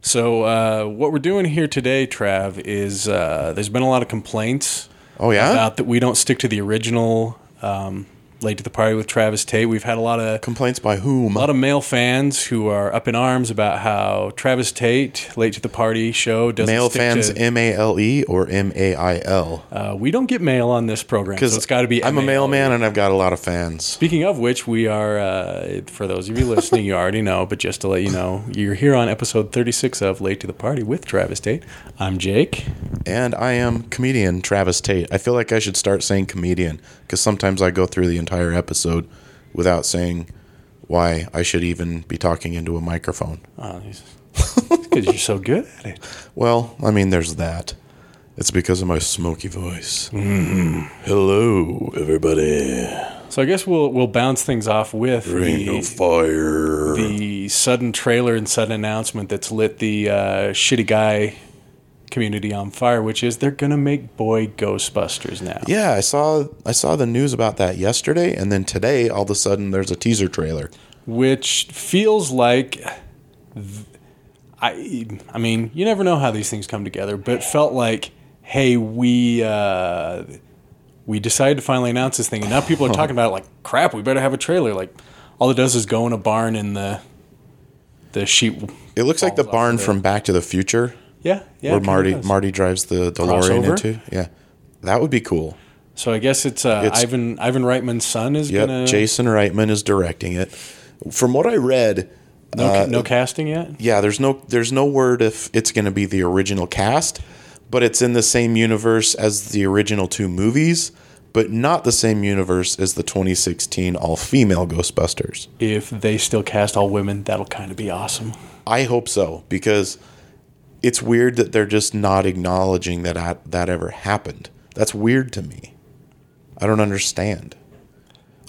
So uh, what we're doing here today, Trav, is uh, there's been a lot of complaints Oh yeah. about that we don't stick to the original um, "Late to the Party" with Travis Tate. We've had a lot of Complaints by whom? a lot of male fans who are up in arms about how Travis Tate, "Late to the Party" show doesn't Male stick fans, To, M A L E or M A I L. uh, we don't get mail on this program because it's got to be. I'm a MAL. mailman and I've got a lot of fans. Speaking of which, we are, uh, for those of you listening, you already know, but just to let you know, you're here on episode 36 of Late to the Party with Travis Tate. I'm Jake. And I am comedian Travis Tate. I feel like I should start saying comedian because sometimes I go through the entire episode without saying why I should even be talking into a microphone. Ah, Because you're so good at it. Well, I mean, there's that. It's because of my smoky voice. Mm. Hello, everybody. So I guess we'll we'll bounce things off with Ring the, of fire. the sudden trailer and sudden announcement that's lit the uh, shitty guy community on fire, which is they're going to make boy Ghostbusters now. Yeah, I saw I saw the news about that yesterday, and then today, all of a sudden, there's a teaser trailer. which feels like th- I I mean, you never know how these things come together, but felt like hey, we uh, we decided to finally announce this thing and now people are talking about it like crap, we better have a trailer like all it does is go in a barn and the the sheep It looks like the Falls off barn the- from Back to the Future, yeah, yeah. where it kinda Marty does. Marty drives the DeLorean Crossover? into. Yeah, that would be cool. So I guess it's, uh, It's- Ivan Ivan Reitman's son is Yep, gonna Jason Reitman is directing it. From what I read, no, uh, no casting yet. yeah, there's no there's no word if it's going to be the original cast, but it's in the same universe as the original two movies, but not the same universe as the 2016 all female Ghostbusters. If they still cast all women, that'll kind of be awesome. I hope so because it's weird that they're just not acknowledging that I, that ever happened. That's weird to me. I don't understand.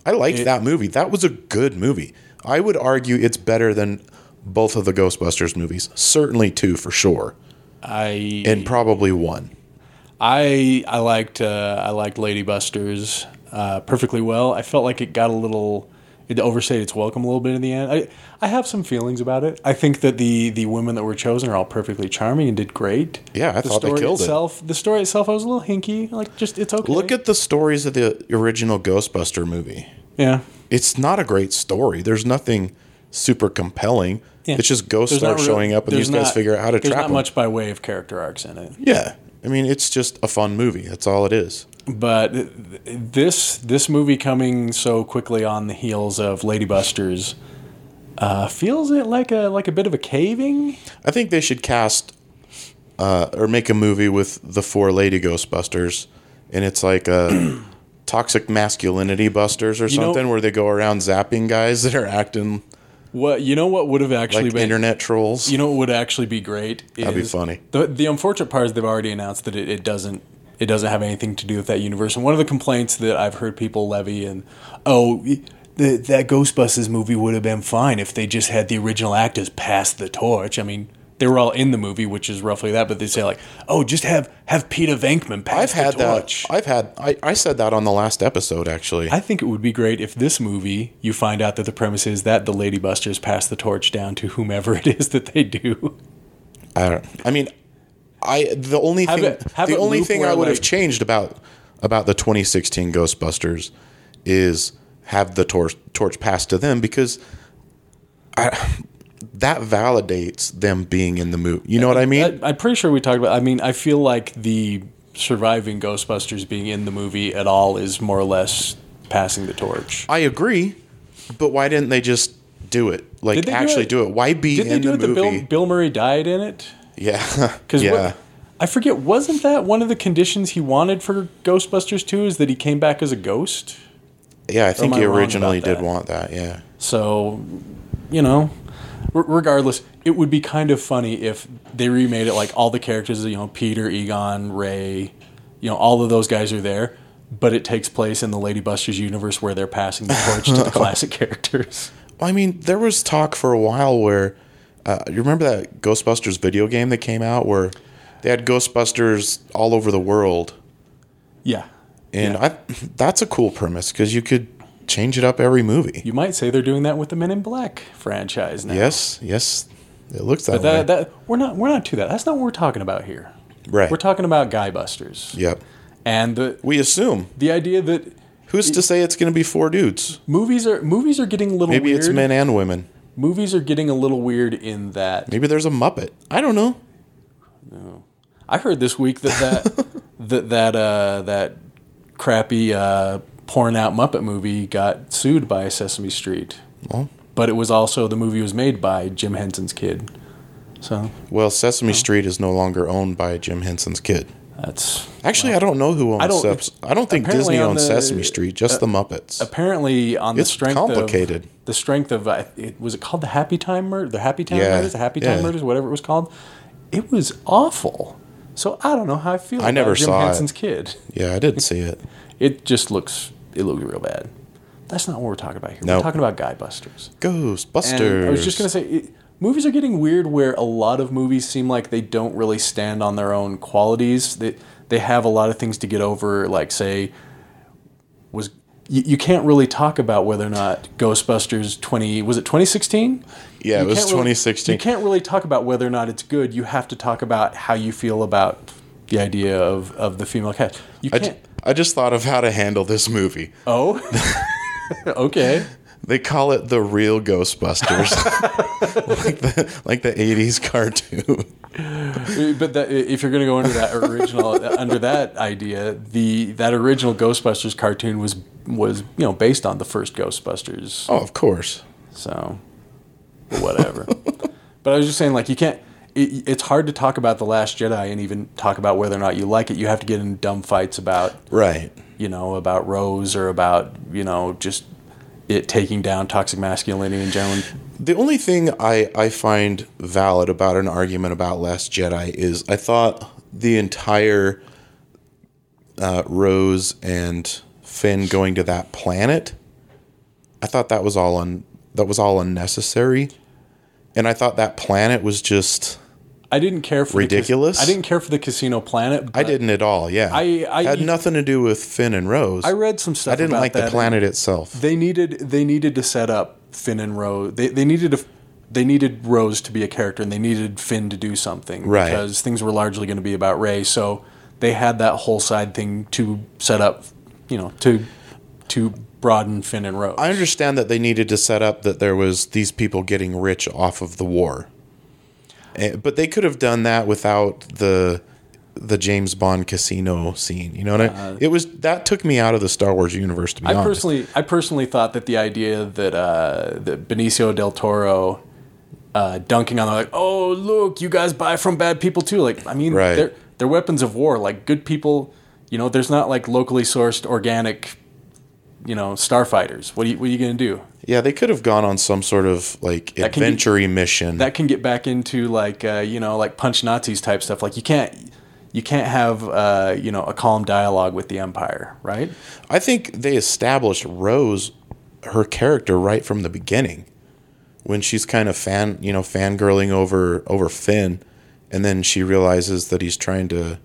I liked that movie. That was a good movie. I would argue it's better than both of the Ghostbusters movies. Certainly two for sure, I and probably one. I I liked uh, I liked Lady Busters uh, perfectly well. I felt like it got a little it overstayed its welcome a little bit in the end. I I have some feelings about it. I think that the the women that were chosen are all perfectly charming and did great. Yeah, I the thought they story killed it. itself, The story itself, I was a little hinky. Like just it's okay. Look at the stories of the original Ghostbuster movie. yeah. It's not a great story. There's nothing super compelling. Yeah. It's just ghosts There's not start real- showing up, and there's these guys not- figure out how to There's trap not them. much by way of character arcs in it. Yeah. I mean, it's just a fun movie. That's all it is. but th- this this movie coming so quickly on the heels of Lady Busters uh, feels it like a like a bit of a caving. I think they should cast uh, or make a movie with the four lady Ghostbusters, and it's like a toxic masculinity busters or know- something where they go around zapping guys that are acting What you know? What would have actually like been internet trolls. you know what would actually be great? Is That'd be funny. The the unfortunate part is they've already announced that it, it doesn't it doesn't have anything to do with that universe. And one of the complaints that I've heard people levy and oh. The, that Ghostbusters movie would have been fine if they just had the original actors pass the torch. I mean, they were all in the movie, which is roughly that. But they say like, "Oh, just have have Peter Venkman I've pass had the that. torch." I've had. I, I said that on the last episode, actually. I think it would be great if this movie you find out that the premise is that the Lady Busters pass the torch down to whomever it is that they do. I don't. I mean, I the only Have thing it- have the it only loop thing where, I would have like- changed about about the 2016 Ghostbusters is have the torch torch passed to them because I, that validates them being in the movie. You know what I mean? I, I'm pretty sure we talked about. I mean, I feel like the surviving Ghostbusters being in the movie at all is more or less passing the torch. I agree, but why didn't they just do it? Like Did they do actually it? do it? Why be Didn't in they do the it? movie? That Bill, Bill Murray died in it. yeah, Because yeah. I forget. Wasn't that one of the conditions he wanted for Ghostbusters Two? Is that he came back as a ghost? yeah, I think am I he wrong originally about did that? want that. Yeah. So, you know, r- regardless, it would be kind of funny if they remade it like all the characters, you know, Peter, Egon, Ray, you know, all of those guys are there, but it takes place in the Lady Busters universe where they're passing the torch to the classic characters. Well, I mean, there was talk for a while where uh, you remember that Ghostbusters video game that came out where they had Ghostbusters all over the world, Yeah. and I that's a cool premise because you could change it up every movie. You might say they're doing that with the Men in Black franchise now. Yes, yes, It looks that, But that, way. that we're not we're not to that. That's not what we're talking about here. right. We're talking about guy busters. yep. And the We assume. the idea that Who's to say it's going to be four dudes? movies are movies are getting a little Maybe weird. it's men and women. Movies are getting a little weird in that Maybe there's a Muppet. I don't know. I heard this week that that that that uh, that crappy uh, porn out Muppet movie got sued by Sesame Street. Well, But it was also the movie was made by Jim Henson's kid. So well Sesame Street is no longer owned by Jim Henson's kid. that's Actually, I don't know who owns. I don't- don't, I don't think apparently Disney on owns the- uh, Sesame Street. Just the Muppets. apparently on the It's strength complicated. of the strength of uh, it, was it called the Happy Time Murder, the Happy Time Yeah, Murders, the Happy Time yeah. Murders, whatever it was called. It was awful. So I don't know how I feel. about never Jim saw it. Henson's kid. yeah, I didn't see it. It just looks it looks real bad. That's not what we're talking about here. We're Nope. talking about guy busters. And Ghostbusters. I was just gonna say, it, movies are getting weird where a lot of movies seem like they don't really stand on their own qualities. They they have a lot of things to get over. Like say, was you, you can't really talk about whether or not Ghostbusters twenty was it twenty sixteen? Yeah, it was 2016. you can't really talk about whether or not it's good. You have to talk about how you feel about the idea of, of the female cast. You I can't. ju- I just thought of how to handle this movie. oh, okay. They call it the real Ghostbusters, like the like the '80s cartoon. But that, if you're going to go under that original under that idea, the that original Ghostbusters cartoon was was you know based on the first Ghostbusters. Oh, of course. So whatever. but I was just saying, like you can't. It, it's hard to talk about the Last Jedi and even talk about whether or not you like it. You have to get in dumb fights about Right. you know about Rose or about you know just it taking down toxic masculinity in general. The only thing I, I find valid about an argument about Last Jedi is I thought the entire uh, Rose and Finn going to that planet, I thought that was all un, that was all unnecessary, and I thought that planet was just I didn't care for the cas- Ridiculous? I didn't care for the Casino Planet. I but didn't at all. Yeah, Uh, I- I- had nothing to do with Finn and Rose. I I, read some stuff. didn't about like that the planet itself. they needed they needed to set up Finn and Rose. They they needed to they needed Rose to be a character and they needed Finn to do something Right. because things were largely going to be about Ray. So they had that whole side thing to set up, you know, to to broaden Finn and Rose. I understand that they needed to set up that there was these people getting rich off of the war, Eh, but they could have done that without the the James Bond casino scene. You know what I? It was that took me out of the Star Wars universe. To be Uh, I honest, personally, I personally thought that the idea that uh, that Benicio del Toro uh, dunking on them, like, oh look, you guys buy from bad people too. Like, I mean, Right. they're they're weapons of war. Like, good people, you know, there's not like locally sourced organic, you know, starfighters. What are you, what are you gonna do? yeah, they could have gone on some sort of like can be- adventure mission. That can get back into like uh, you know like punch Nazis type stuff. Like, you can't. You can't have uh, you know a calm dialogue with the Empire, right? I think they established Rose, her character, right from the beginning, when she's kind of fan, you know, fangirling over over Finn, and then she realizes that he's trying to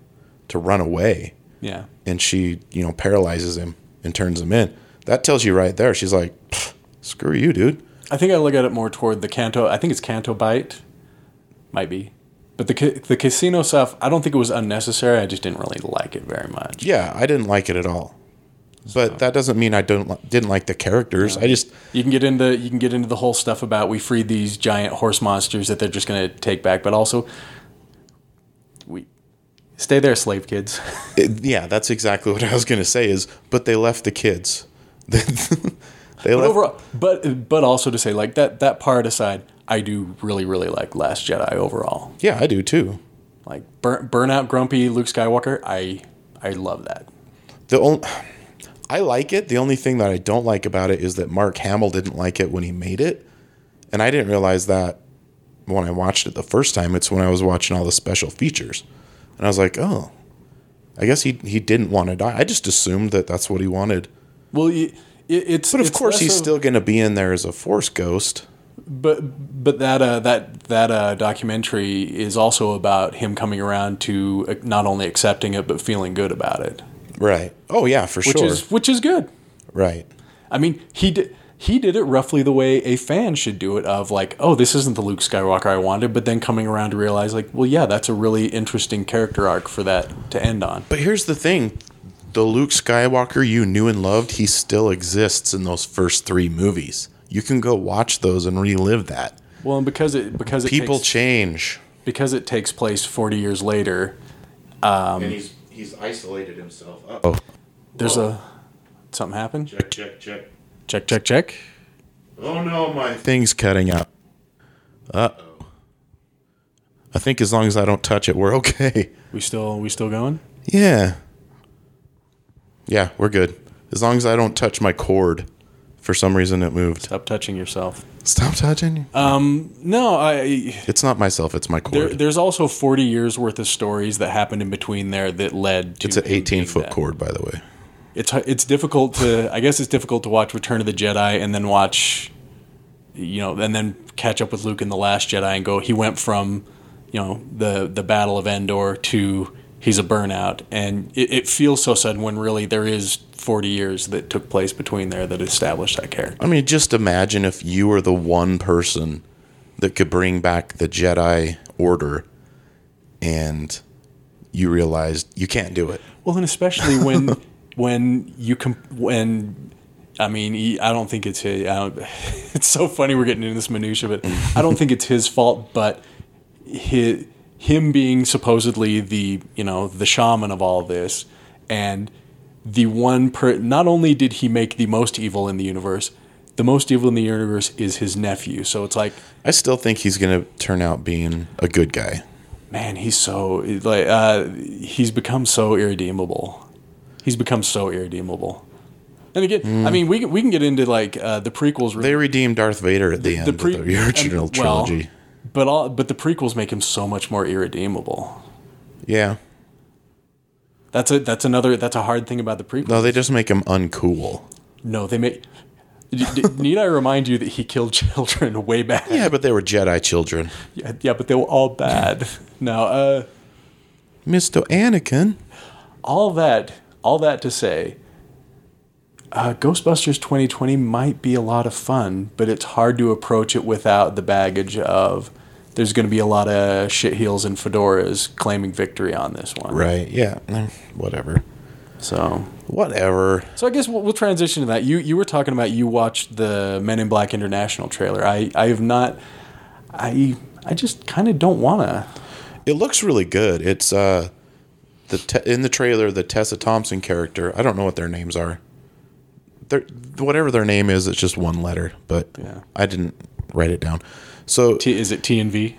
to run away, Yeah. and she, you know, paralyzes him and turns him in. That tells you right there. She's like, "Pfft, "Screw you, dude." I think I look at it more toward the Canto. I think it's Canto Bite, might be, but the ca- the casino stuff. I don't think it was unnecessary. I just didn't really like it very much. Yeah, I didn't like it at all, but that doesn't mean I don't li- didn't like the characters. I just You can get into you can get into the whole stuff about we freed these giant horse monsters that they're just going to take back, but also we stay there, slave kids. It- yeah, that's exactly what I was gonna say. Is but they left the kids. they But left. overall, but but also to say like that that part aside, I do really really like Last Jedi overall. Yeah, I do too. Like burn, burnout grumpy Luke Skywalker, I I love that. The only I like it. The only thing that I don't like about it is that Mark Hamill didn't like it when he made it, and I didn't realize that when I watched it the first time. It's when I was watching all the special features, and I was like, oh, I guess he he didn't want to die. I just assumed that that's what he wanted. Well, you, it, it's But of it's course, less he's of- still going to be in there as a Force ghost. But but that uh, that that uh, documentary is also about him coming around to uh, not only accepting it but feeling good about it, Right. Oh yeah, for which sure. is which is good. right. I mean, he did. he did it roughly the way a fan should do it of like, oh, this isn't the Luke Skywalker I wanted, but then coming around to realize like, well, yeah, that's a really interesting character arc for that to end on. But here's the thing the Luke Skywalker you knew and loved, he still exists in those first three movies. You can go watch those and relive that. Well, and because it because it People takes, change. because it takes place 40 years later, and he's he's isolated himself. Oh, there's a something happened. check, check, check. Check check check. Oh no, my Things cutting up. Uh oh. I think as long as I don't touch it, we're okay. We still we still going? Yeah. Yeah, we're good. As long as I don't touch my cord. For some reason, it moved. Stop touching yourself. Stop touching. No, I it's not myself. It's my there, cord. there's also 40 years worth of stories that happened in between there that led to it's an him being 18 foot that. cord, by the way. it's it's difficult to I guess it's difficult to watch Return of the Jedi and then watch you know and then catch up with Luke in the Last Jedi and go he went from you know the the Battle of Endor to he's a burnout and it, it feels so sudden when really there is 40 years that took place between there that established that character. I mean, just imagine if you were the one person that could bring back the Jedi Order, and you realized you can't do it. Well, and especially when when you comp- when I mean, he- I don't think it's his. I don't, it's so funny we're getting into this minutia, but I don't think it's his fault. But hi him being supposedly the you know the shaman of all this, and the one per not only did he make the most evil in the universe, the most evil in the universe is his nephew. So it's like I still think he's going to turn out being a good guy. man, he's so like uh, he's become so irredeemable. He's become so irredeemable. And again, I mean, we can- we can get into like uh, the prequels. Mm. They redeemed Darth Vader at the, end pre- of the original and- well, trilogy. but all but the prequels make him so much more irredeemable. yeah. That's a that's another that's a hard thing about the prequels. No, they just make him uncool. No, they make. d- d- Need I remind you that he killed children way back? Yeah, but they were Jedi children. Yeah, yeah, but they were all bad. No, uh, Mr. Anakin. all that all that to say uh, ghostbusters 2020 might be a lot of fun but it's hard to approach it without the baggage of there's going to be a lot of shitheels and fedoras claiming victory on this one Right. Yeah. mm, Whatever. so Whatever. so i guess we'll, we'll transition to that you you were talking about you watched the men in black international trailer i i have not i i just kind of don't want to It looks really good. It's uh the te- in the trailer the Tessa Thompson character. I don't know what their names are. They're, whatever their name is, it's just one letter. But Yeah. I didn't write it down. So T, is it T and V?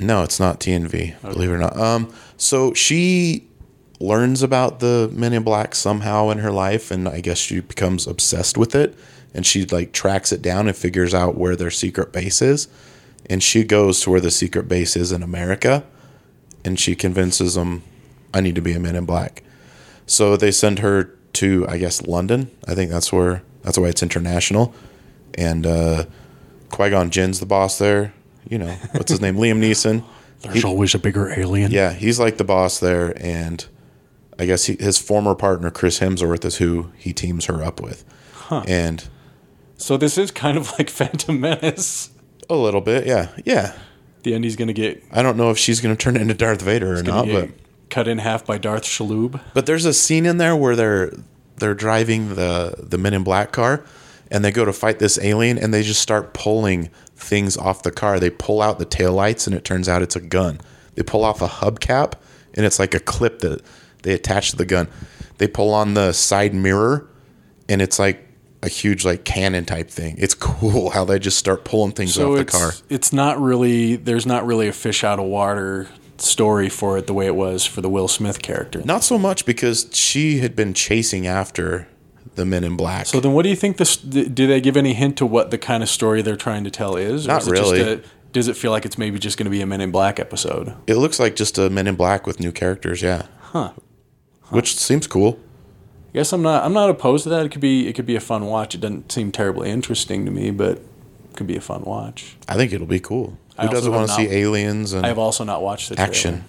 no, it's not TNV. Believe it or not. Um, so she learns about the Men in Black somehow in her life, and I guess she becomes obsessed with it. And she like tracks it down and figures out where their secret base is. And she goes to where the secret base is in America, and she convinces them, "I need to be a Men in Black." So they send her to, I guess, London. I think that's where that's why it's international. And uh, Qui Gon Jinn's the boss there. You know what's his name? Liam Neeson. There's always a bigger alien. Yeah, he's like the boss there, and I guess he, his former partner Chris Hemsworth is who he teams her up with, and So this is kind of like Phantom Menace. a little bit, yeah, yeah. The end he's going to get I don't know if she's going to turn into Darth Vader or not, Yeah, but cut in half by Darth Shaloub. But there's a scene in there where they're they're driving the the Men in Black car, and they go to fight this alien, and they just start pulling things off the car. They pull out the taillights, and it turns out it's a gun. They pull off a hubcap, and it's like a clip that they attach to the gun. They pull on the side mirror, and it's like a huge like cannon type thing. It's cool how they just start pulling things So off the it's car. it's not really there's not really a fish out of water story for it the way it was for the Will Smith character. Not so much because she had been chasing after the Men in Black. So then, what do you think this? Do they give any hint to what the kind of story they're trying to tell is? Or Not is it just really. a- does it feel like it's maybe just going to be a Men in Black episode? It looks like just a Men in Black with new characters, yeah. Huh. Which seems cool. I guess I'm not. I'm not opposed to that. It could be. It could be a fun watch. It doesn't seem terribly interesting to me, but it could be a fun watch. I think it'll be cool. I Who also doesn't want to have see not- aliens and I have also not watched the trailer. action?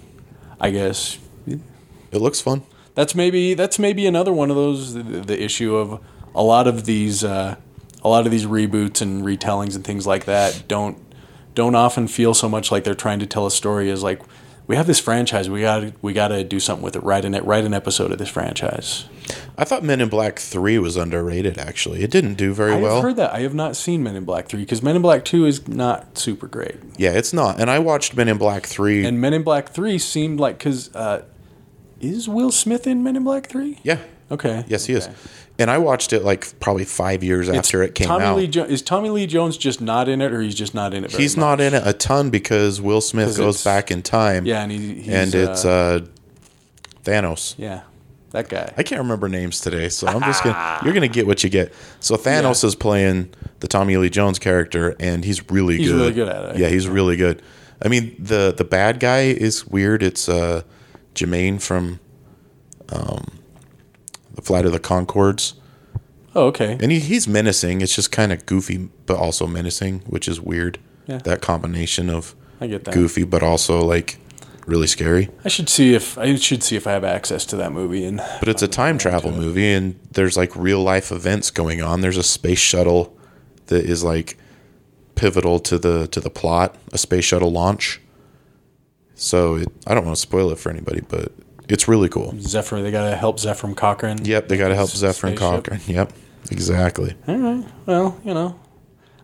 I guess It looks fun. that's maybe that's maybe another one of those the, the issue of a lot of these uh, a lot of these reboots and retellings and things like that don't don't often feel so much like they're trying to tell a story as like we have this franchise we got to we got to do something with it write an write an episode of this franchise. I thought Men in Black 3 was underrated, actually. It didn't do very I well. have heard that I have not seen Men in Black three because Men in Black two is not super great yeah, it's not. And I watched Men in Black 3. and Men in Black three seemed like because uh, is Will Smith in Men in Black three? yeah. Okay. Yes, he is. And I watched it like probably five years after it came Tommy out. Lee jo- is Tommy Lee Jones just not in it, or he's just not in it? very He's much? not in it a ton because Will Smith 'Cause goes it's- back in time. Yeah, and he, he's and it's uh, uh, Thanos. yeah, that guy. I can't remember names today, so I'm just Ah. gonna you're gonna get what you get. So Thanos is playing the Tommy Lee Jones character, and he's really He's good. really good at it. Yeah, he's really good. I mean the the bad guy is weird. It's uh, Jermaine from um, the Flight of the Concords. oh, okay. And he, he's menacing. It's just kind of goofy, but also menacing, which is weird. Yeah. That combination of I get that. goofy, but also like really scary. I should see if I should see if I have access to that movie. And But it's a time travel movie, and there's like real life events going on. There's a space shuttle that is like pivotal to the to the plot. A space shuttle launch. So it, I don't want to spoil it for anybody, but it's really cool. Zephyr, they gotta help Zephyr Cochran. Yep, they got to help Zephyr and Spaceship. Cochran. Yep, exactly. Well, you know,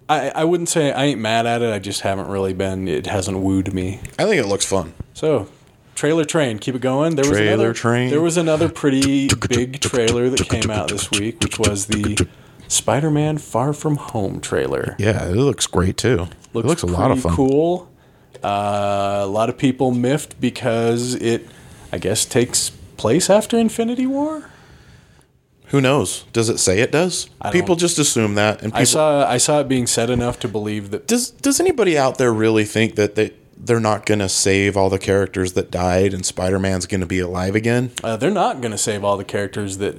I I wouldn't say I ain't mad at it. I just haven't really been. It hasn't wooed me. I think it looks fun. So. Trailer train, keep it going. There was Trailer another, Train. There was another pretty big trailer that came out this week, which was the Spider-Man Far From Home trailer. Yeah, it looks great too. it looks a lot of pretty fun. Cool. Uh, a lot of people miffed because it, I guess, takes place after Infinity War. Who knows? Does it say it does? don't- People just assume that, and people I saw I saw it being said enough to believe that. does. Does anybody out there really think that they they're not going to save all the characters that died, and Spider Man's going to be alive again? Uh, they're not going to save all the characters that,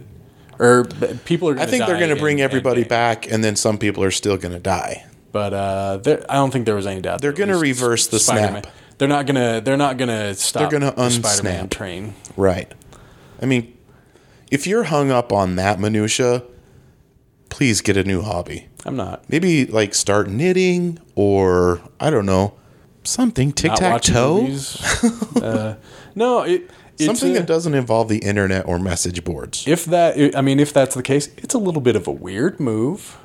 or th- people are. I Gonna think they're die going to in bring everybody Endgame. back, and then some people are still going to die. But uh, there, I don't think there was any doubt. They're going to reverse the snap, They're not gonna. They're not gonna stop. gonna the Spider-Man unsnap. train. right? I mean, if you're hung up on that minutia, please get a new hobby. I'm not. Maybe like start knitting, or I don't know, something tic Not tac watching toe. movies. uh, no, it. It's uh, Something a- that doesn't involve the internet or message boards. if that i mean if that's the case it's a little bit of a weird move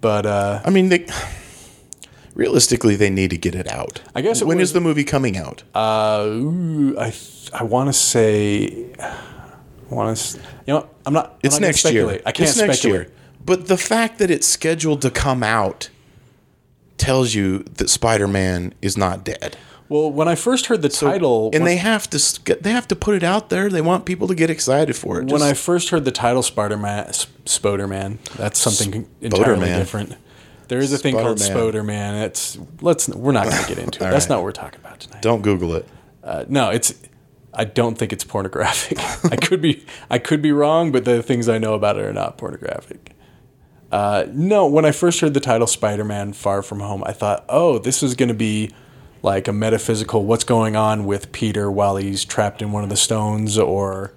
but uh I mean, they realistically they need to get it out. I guess it when was- is the movie coming out? uh ooh, i th- i want to say i want to you know i'm not I'm it's not gonna next year. speculate. i can't it's next speculate year. But the fact that it's scheduled to come out tells you that Spider-Man is not dead. well when i first heard the title and when, they have to s- they have to put it out there. They want people to get excited for it. when i Just- first heard the title spider-man S- spider-man that's something entirely Spoderman. different there is a thing called Spoderman. Spider-Man. It's let's we're not going to get into it. That's right. not what we're talking about tonight. don't Google it. Uh, no, it's. I don't think it's pornographic. I could be. I could be wrong, but the things I know about it are not pornographic. Uh, no, when I first heard the title Spider-Man: Far From Home, I thought, oh, this is going to be like a metaphysical. What's going on with Peter while he's trapped in one of the stones, or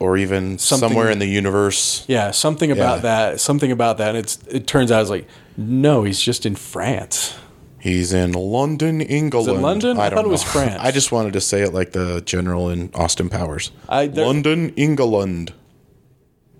Or even Something- somewhere in the universe. yeah, something about Yeah. that. Something about that. And it's. It turns out it's like, no, he's just in France. He's in London, England. London? I don't thought it know. was France. I just wanted to say it like the general in Austin Powers. I- there- London, England.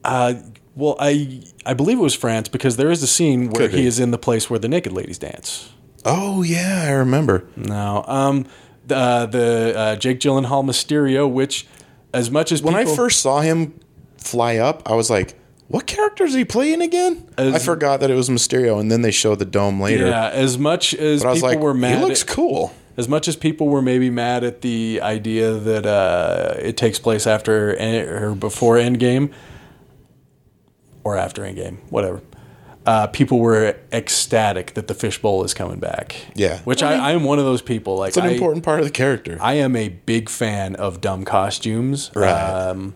Uh, well, I I believe it was France because there is a scene where Could be. he is in the place where the naked ladies dance. Oh yeah, I remember. No. Um, the uh, the uh, Jake Gyllenhaal Mysterio, which as much as When people, I first saw him fly up, I was like, "What character is he playing again?" As- I forgot that it was Mysterio, and then they showed the dome later. yeah, as much as but I people was like, were mad, "He looks at, cool." as much as people were maybe mad at the idea that uh, it takes place after en- or before Endgame or after Endgame, whatever. Uh, people were ecstatic that the fishbowl is coming back. Yeah. which I, I am one of those people. Like It's an I, important part of the character. I am a big fan of dumb costumes. Right. Um,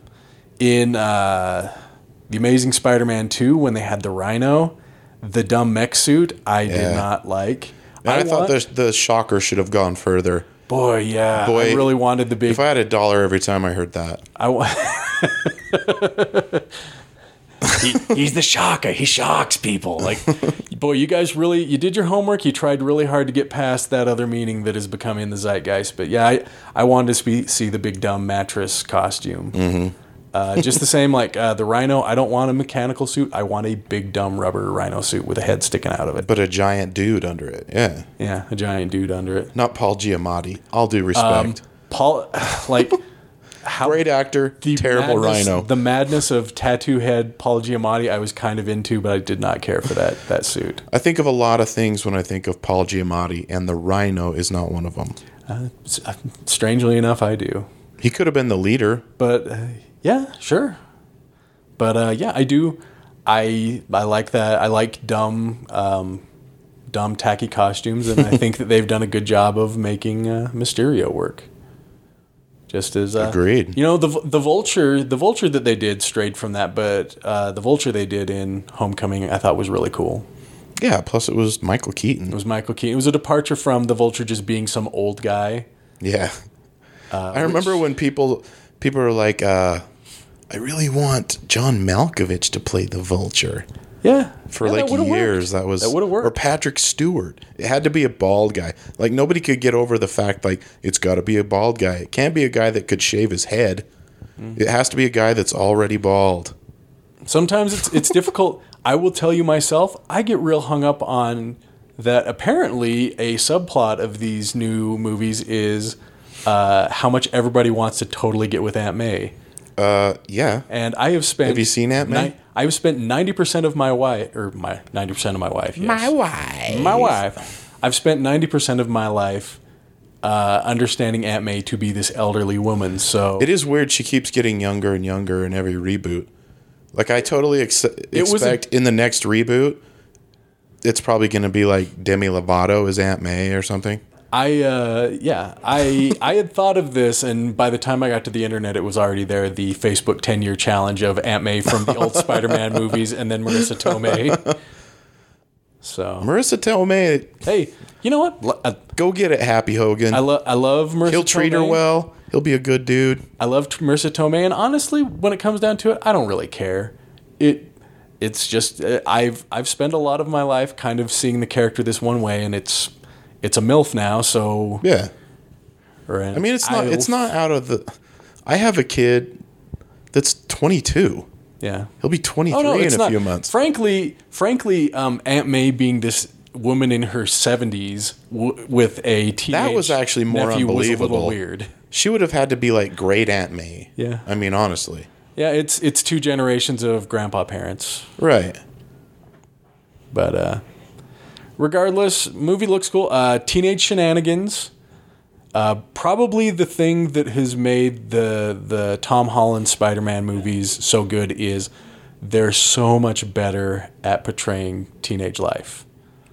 in uh, The Amazing Spider Man 2, when they had the rhino, the dumb mech suit, I Yeah. did not like. and I, thought want- the, the shocker should have gone further. Boy, yeah. I Boy, really wanted the big. If I had a dollar every time I heard that, I, wa- He, he's the shocker. He shocks people. Like, boy, you guys really you did your homework. You tried really hard to get past that other meaning that is becoming the zeitgeist. But yeah, I, I wanted to spe- see the big dumb mattress costume. Uh, just the same, like uh, the rhino. I don't want a mechanical suit. I want a big dumb rubber rhino suit with a head sticking out of it. but a giant dude under it. Yeah, Yeah, a giant dude under it. not Paul Giamatti. All due respect. Paul, like Um, how Great actor, terrible madness- rhino. The madness of tattoo head Paul Giamatti, I was kind of into, but I did not care for that that suit. I think of a lot of things when I think of Paul Giamatti, and the rhino is not one of them. Uh, s- uh, strangely enough, I do. He could have been the leader. But uh, yeah, sure. But uh, yeah, I do. I I like that. I like dumb, um, dumb tacky costumes, and I think that they've done a good job of making uh, Mysterio work. Just as uh, Agreed. You know the the vulture the vulture that they did strayed from that, but uh, the vulture they did in Homecoming I thought was really cool. Yeah. Plus, it was Michael It Keaton. was Michael Keaton. It was a departure from the vulture just being some old guy. Yeah. Uh, I remember when people people were like, uh, "I really want John Malkovich to play the Vulture." Yeah, for Yeah, that like would've worked. years. That was That would've worked. Or Patrick Stewart. It had to be a bald guy. Like nobody could get over the fact like it's got to be a bald guy. It can't be a guy that could shave his head. Hmm. It has to be a guy that's already bald. sometimes it's it's difficult. I will tell you myself, I get real hung up on that. Apparently, a subplot of these new movies is uh, how much everybody wants to totally get with Aunt May. Uh, yeah. And I have spent. Have you seen Aunt May? I have spent ninety percent of my wife, or my ninety percent of my wife. Yes. My wife. My wife. I've spent ninety percent of my life uh, understanding Aunt May to be this elderly woman. So It is weird. She keeps getting younger and younger in every reboot. Like I totally ex- was a- expect in the next reboot, it's probably going to be like Demi Lovato is Aunt May or something. I uh, yeah, I I had thought of this, and by the time I got to the internet, it was already there. The Facebook ten year challenge of Aunt May from the old Spider Man movies, and then Marissa Tomei. So Marissa Tomei, hey, you know what? Lo- I, go get it, Happy Hogan. I, lo- I love Marissa. He'll treat her Tomei. well. He'll be a good dude. I love t- Marissa Tomei, and honestly, when it comes down to it, I don't really care. It it's just uh, I've I've spent a lot of my life kind of seeing the character this one way, and it's it's a milf now. So Yeah. or an I mean, it's not ilf. it's not out of the. I have a kid that's 22. yeah. Oh, He'll be 23 in a few months. Frankly, frankly, um, Aunt May being this woman in her seventies w- with a teenage was actually more nephew was a little unbelievable. weird. she would have had to be like great Aunt May. Yeah. I mean, honestly. Yeah, it's it's two generations of grandpa parents, Right. but uh, regardless, movie looks cool. Uh, teenage shenanigans. Uh, probably the thing that has made the the Tom Holland Spider-Man movies so good is they're so much better at portraying teenage life.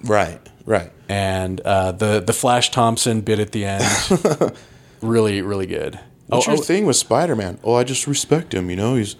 Right. Right. and uh, the the Flash Thompson bit at the end, really really good. What's oh, your oh, thing with Spider Man? Oh, I just respect him. You know, he's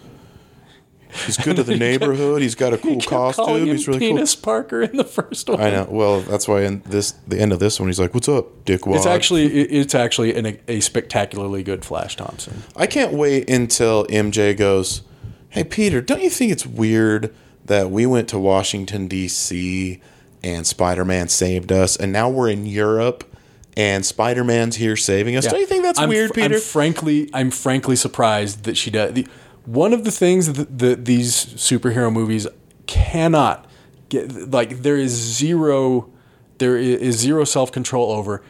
he's good to the neighborhood. He's got a cool kept Oh, calling costume. him He's really Penis Parker in the first one. cool. I know. Well, that's why in this the end of this one, he's like, "What's up, dickwad?" It's actually it- it's actually an, a spectacularly good Flash Thompson. I can't wait until MJ goes, Hey, Peter, don't you think it's weird that we went to Washington, D.C. and Spider Man saved us, and now we're in Europe and Spider Man's here saving us? Don't you think that's I'm weird, fr- I'm Peter? frankly, I'm frankly surprised that she does. The, one of the things that, that these superhero movies cannot get, like, there is zero, there i- is zero self control over.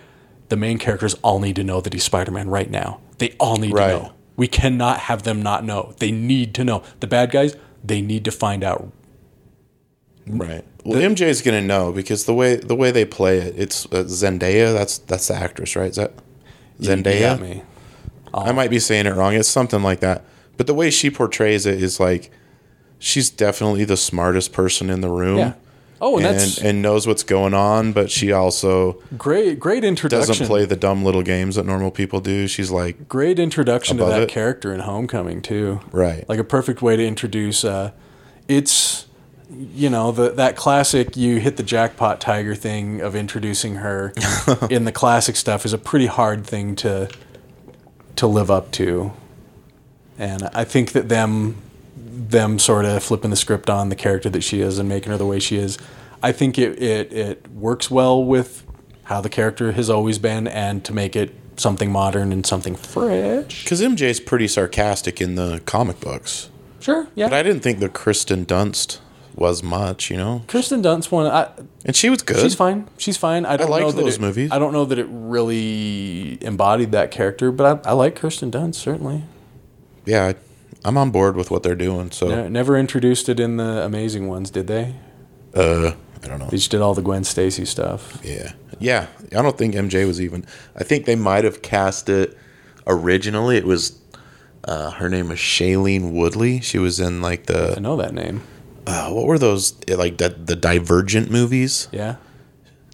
The main characters all need to know that he's Spider Man right now. They all need Right. to know. We cannot have them not know. They need to know. The bad guys, they need to find out. right. Well, MJ's going to know because the way the way they play it, it's uh, Zendaya. That's that's the actress, right? Is that You got Zendaya? me. I might be saying it wrong. It's something like that. But the way she portrays it is like she's definitely the smartest person in the room. Yeah. Oh, and, that's and, and knows what's going on, but she also great, great introduction. doesn't play the dumb little games that normal people do. She's like, great introduction to Above that it. character in Homecoming too. Right. Like a perfect way to introduce. Uh, it's you know the, that classic you hit the jackpot tiger thing of introducing her in the classic stuff is a pretty hard thing to to live up to, and I think that them them sort of flipping the script on the character that she is and making her the way she is. I think it, it, it works well with how the character has always been and to make it something modern and something fresh. Because MJ's pretty sarcastic in the comic books. Sure, yeah. But I didn't think the Kristen Dunst was much, you know? Kirsten Dunst one, I, And she was good. she's fine. She's fine. I don't liked know that those it- movies. I don't know that it really embodied that character, but I, I like Kirsten Dunst certainly. Yeah, I, I'm on board with what they're doing. So Ne- Never introduced it in the Amazing ones, did they? uh, I don't know. They just did all the Gwen Stacy stuff. Yeah. Yeah. I don't think MJ was even. I think they might have cast it originally. It was. Uh, her name was Shailene Woodley. She was in like I the know that name. uh, what were those eh, like the, the Divergent movies? Yeah,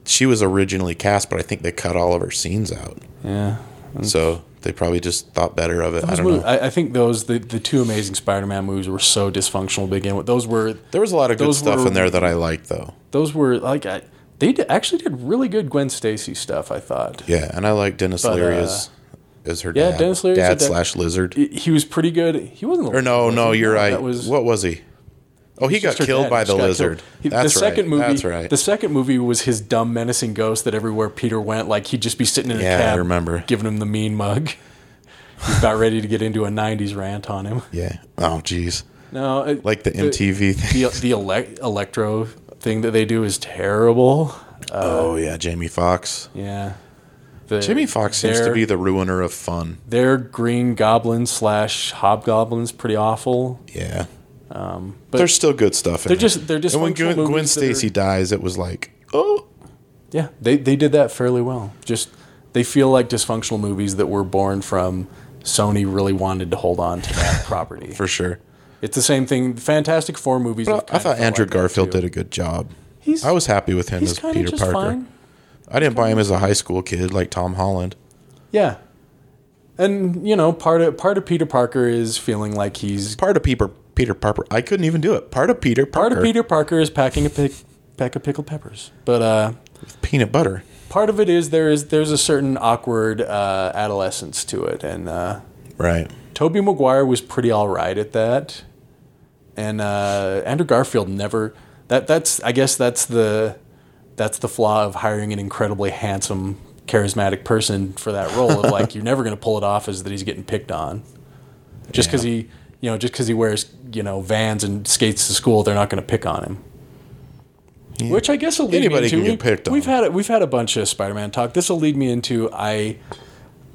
She was originally cast, but I think they cut all of her scenes out. yeah. So they probably just thought better of it. Hmm. I Those don't movies- know. I, I think those the, the two Amazing Spider-Man movies were so dysfunctional to begin with. Those were There was a lot of good Those stuff were- in there that I liked, though. those were like I, they did, actually did really good Gwen Stacy stuff. I thought Yeah, and I like Dennis But, Leary uh, as, as her yeah, dad. Dennis Leary's dad a dad- slash lizard. he he was pretty good. He wasn't. the Or no, was no, he? you're right. That was what was he? Oh, he got just her killed dad by just the got lizard. killed. He- That's the second right. movie. That's right. The second movie was his dumb menacing ghost that everywhere Peter went, like he'd just be sitting in a Yeah, I cab, remember. giving him the mean mug. He's about ready to get into a '90s rant on him. yeah. Oh, jeez. No, it- Like the MTV thing. the uh, the elec electro thing that they do is terrible. oh yeah, Jamie Fox. Yeah. The, Jamie Fox seems to their- be the ruiner of fun. their Green Goblin slash Hobgoblin's pretty awful. Yeah. Um, but- There's still good stuff in They're it. just they're just and when Gwen, Gwen Stacy dies, it was like, oh, yeah, they they did that fairly well. Just they feel like dysfunctional movies that were born from Sony really wanted to hold on to that property. for sure. It's the same thing. Fantastic Four movies. have But I kind of thought felt Andrew like that, Garfield too. did a good job. He's I was happy with him he's as kinda Peter just Parker. fine. I didn't buy him as a high school kid like Tom Holland. Yeah. And you know, part of part of Peter Parker is feeling like he's Part of Peter Peter Parker. I couldn't even do it. Part of Peter Parker. part of Peter Parker is packing a pick, pack of pickled peppers. But uh, Peanut butter. part of it is there is there's a certain awkward uh, adolescence to it, and uh, Right. Toby Maguire was pretty all right at that, and uh, Andrew Garfield never. That that's I guess that's the that's the flaw of hiring an incredibly handsome, charismatic person for that role. Of like you're never going to pull it off is that he's getting picked on, just because he you know just because he wears you know Vans and skates to school, they're not going to pick on him. Which I guess will lead Anybody me into can get we- picked on. We've had a, we've had a bunch of Spider-Man talk. This will lead me into I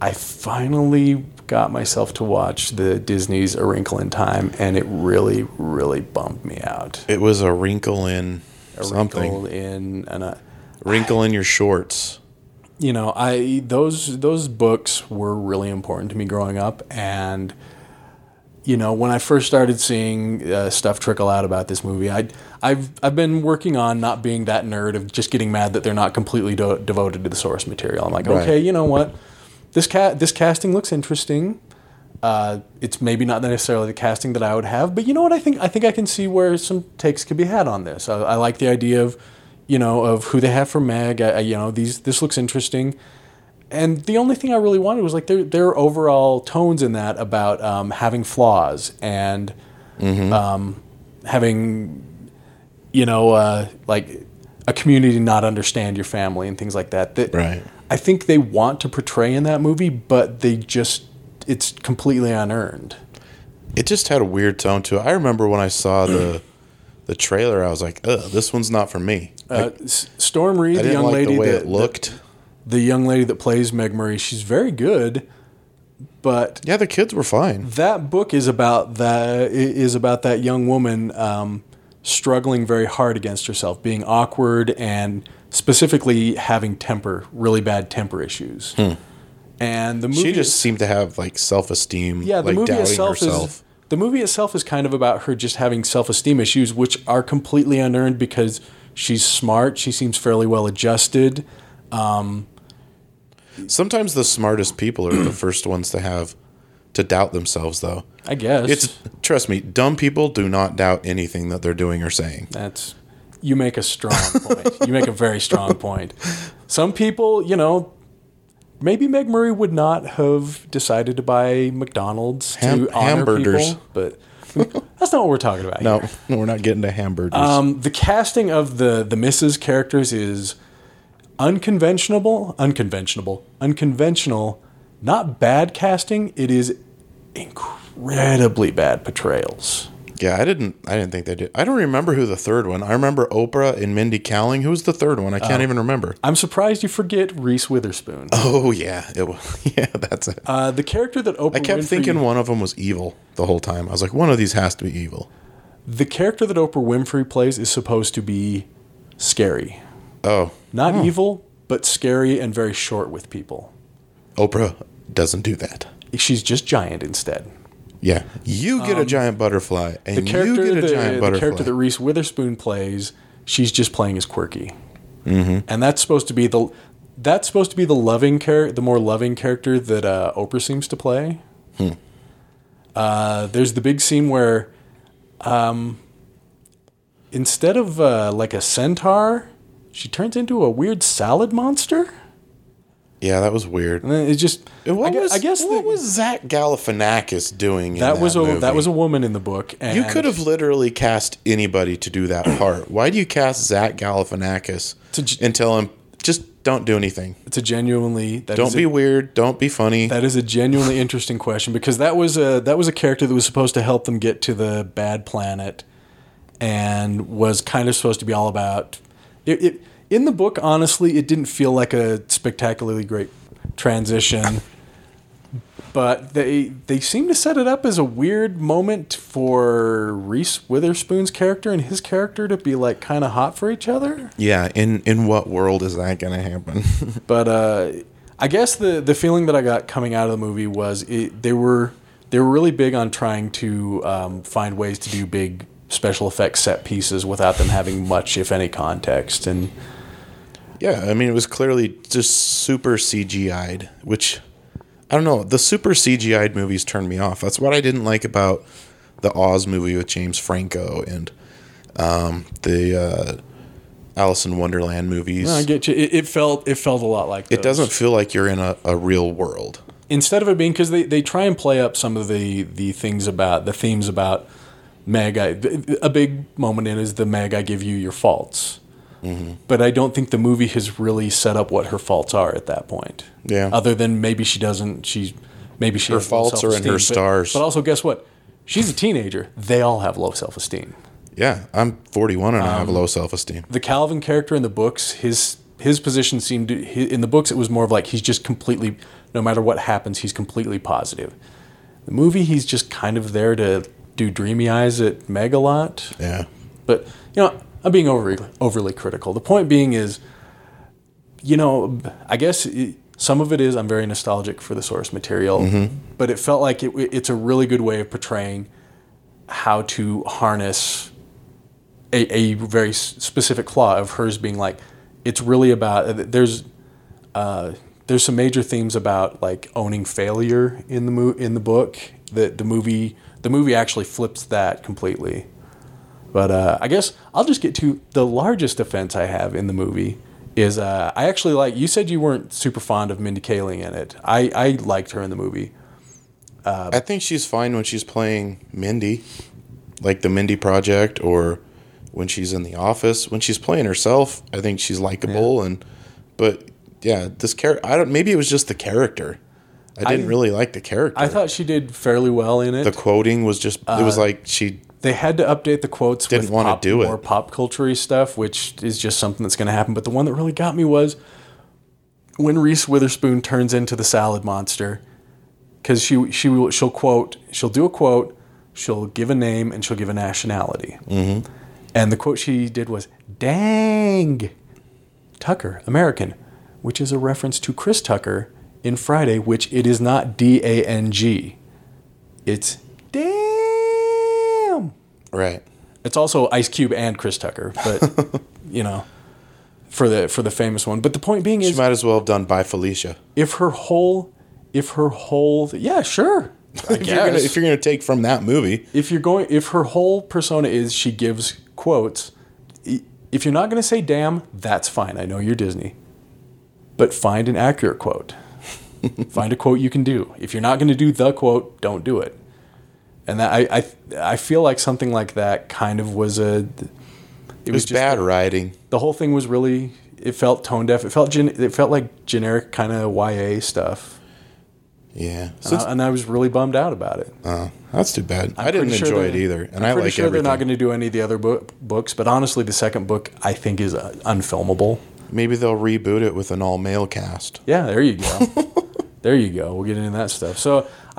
I finally got myself to watch the Disney's A Wrinkle in Time, and it really really bummed me out. It was a wrinkle in A something. Wrinkle in and I, Wrinkle in your shorts. you know I those those books were really important to me growing up, and you know when I first started seeing uh, stuff trickle out about this movie, I I've I've been working on not being that nerd of just getting mad that they're not completely do- devoted to the source material. I'm like, Right. okay, you know what, this cat this casting looks interesting. Uh, it's maybe not necessarily the casting that I would have, but you know what? I think I think I can see where some takes could be had on this. I, I like the idea of, you know, of who they have for Meg. I, I, you know, these this looks interesting, and the only thing I really wanted was like their their overall tones in that about um, having flaws and Mm-hmm. um, having, you know, uh, like a community not understand your family and things like that. That Right. I think they want to portray in that movie, but they just it's completely unearned. It just had a weird tone to it. I remember when I saw the the trailer, I was like, "Ugh, this one's not for me." Uh, S- Storm Reed, I the didn't young like lady the way that it looked. the young lady that plays Meg Murray, she's very good, but yeah, the kids were fine. that book is about that is about that young woman um, struggling very hard against herself, being awkward, and specifically having temper, really bad temper issues. And the movie Hmm. She is- just seemed to have like self esteem. yeah, the like movie doubting itself herself. is the movie itself is kind of about her just having self-esteem issues, which are completely unearned because she's smart, she seems fairly well adjusted. Sometimes the smartest people are the first ones to have to doubt themselves, though. I guess It's trust me, dumb people do not doubt anything that they're doing or saying. That's you make a strong point. you make a very strong point. Some people, you know, maybe Meg Murray would not have decided to buy McDonald's Ham- to honor hamburgers. people, but That's not what we're talking about. No, no, we're not getting to hamburgers. Um, the casting of the the Mrs. characters is unconventional, unconventional, unconventional. Not bad casting. It is incredibly bad portrayals. yeah, I didn't. I didn't think they did. I don't remember who the third one. I remember Oprah and Mindy Kaling. Who was the third one? I can't even remember. I'm surprised you forget Reese Witherspoon. Oh yeah, it was. Yeah, that's it. Uh, the character that Oprah I kept Winfrey, thinking one of them was evil the whole time. I was like, one of these has to be evil. the character that Oprah Winfrey plays is supposed to be scary, Oh, not evil, but scary and very short with people. Oprah doesn't do that. She's just giant instead. Yeah, you get a giant butterfly, and Um, The you character, get a that, giant the butterfly. character that Reese Witherspoon plays, she's just playing as quirky, mm-hmm. and that's supposed to be the that's supposed to be the loving character, the more loving character that uh, Oprah seems to play. Hmm. Uh, there's the big scene where, um, instead of uh, like a centaur, she turns into a weird salad monster. yeah, that was weird. And then it just What I, gue- was, I guess what the- was Zach Galifianakis doing? in that, was a movie? that was a woman in the book. And You could have literally cast anybody to do that part. Why do you cast Zach Galifianakis To j- and tell him just don't do anything? It's a genuinely that Don't is a- be weird. Don't be funny. That is a genuinely interesting question because that was a that was a character that was supposed to help them get to the bad planet, and was kind of supposed to be all about. It, it in the book, honestly, it didn't feel like a spectacularly great transition, but they they seem to set it up as a weird moment for Reese Witherspoon's character and his character to be like kind of hot for each other. yeah. In in what world is that going to happen? But uh, I guess the the feeling that I got coming out of the movie was it, they were they were really big on trying to um, find ways to do big special effects set pieces without them having much, if any, context. And yeah. I mean, it was clearly just super CGI'd, which I don't know. The super CGI'd movies turned me off. That's what I didn't like about the Oz movie with James Franco and um, the uh, Alice in Wonderland movies. I get you. It, it felt it felt a lot like It doesn't feel like you're in a, a real world. instead of it being because they, they try and play up some of the the things about the themes about Meg. I, a big moment in is the Meg. I give you your faults, Mm-hmm. but I don't think the movie has really set up what her faults are at that point. Yeah. Other than maybe she doesn't. She's maybe she her faults are in her stars. But, also, guess what? She's a teenager. They all have low self esteem. Yeah, I'm 41 and I Um, have low self esteem. The Calvin character in the books, his his position seemed to, hi- in the books it was more of like he's just completely no matter what happens he's completely positive. The movie he's just kind of there to do dreamy eyes at Meg a lot, Yeah, but you know I'm being overly overly critical. The point being is, you know, I guess it, some of it is I'm very nostalgic for the source material, but it felt like it, it's a really good way of portraying how to harness a, a very s- specific flaw of hers being like it's really about there's uh, there's some major themes about like owning failure in the mo- in the book that the movie the movie actually flips that completely but uh, I guess I'll just get to the largest offense I have in the movie is uh, I actually like you said you weren't super fond of Mindy Kaling in it I, I liked her in the movie uh, I think she's fine when she's playing Mindy, like the Mindy Project, or when she's in the office. When she's playing herself, I think she's likable. And but yeah, this character, I don't. Maybe it was just the character. I didn't really like the character. I Uh, thought she did fairly well in it the quoting was just. it was like she. they had to update the quotes Didn't with wanna pop, do it. more pop culture stuff, which is just something that's going to happen. But the one that really got me was when Reese Witherspoon turns into the salad monster, because she she will she'll quote she'll do a quote, she'll give a name and she'll give a nationality. Mm-hmm. And the quote she did was "Dang, Tucker, American," which is a reference to Chris Tucker in Friday, which it is not D A N G, it's damn. Right. It's also Ice Cube and Chris Tucker, but you know, for the for the famous one. But the point being She is, might as well have done by Felicia. if her whole, if her whole, yeah, sure. I If you're, gonna, guess. if you're gonna take from that movie, if you're going, if her whole persona is she gives quotes. i- If you're not going to say "damn," that's fine. I know you're Disney, but find an accurate quote. find a quote you can do. If you're not going to do the quote, don't do it. and that I, I I feel like something like that kind of was a it It was bad writing. the whole thing was really it felt tone deaf it felt gen, it felt like generic kind of YA stuff Yeah. So and it's- I, and I was really bummed out about it oh, that's too bad. I'm Uh-huh. I I'm did not pretty sure enjoy it they're- either. And I'm i pretty like sure everything. they're not going to do any of the other bo- books but honestly the second book I think is uh, unfilmable Maybe they'll reboot it with an all male cast. yeah there you go there you go we'll get into that stuff so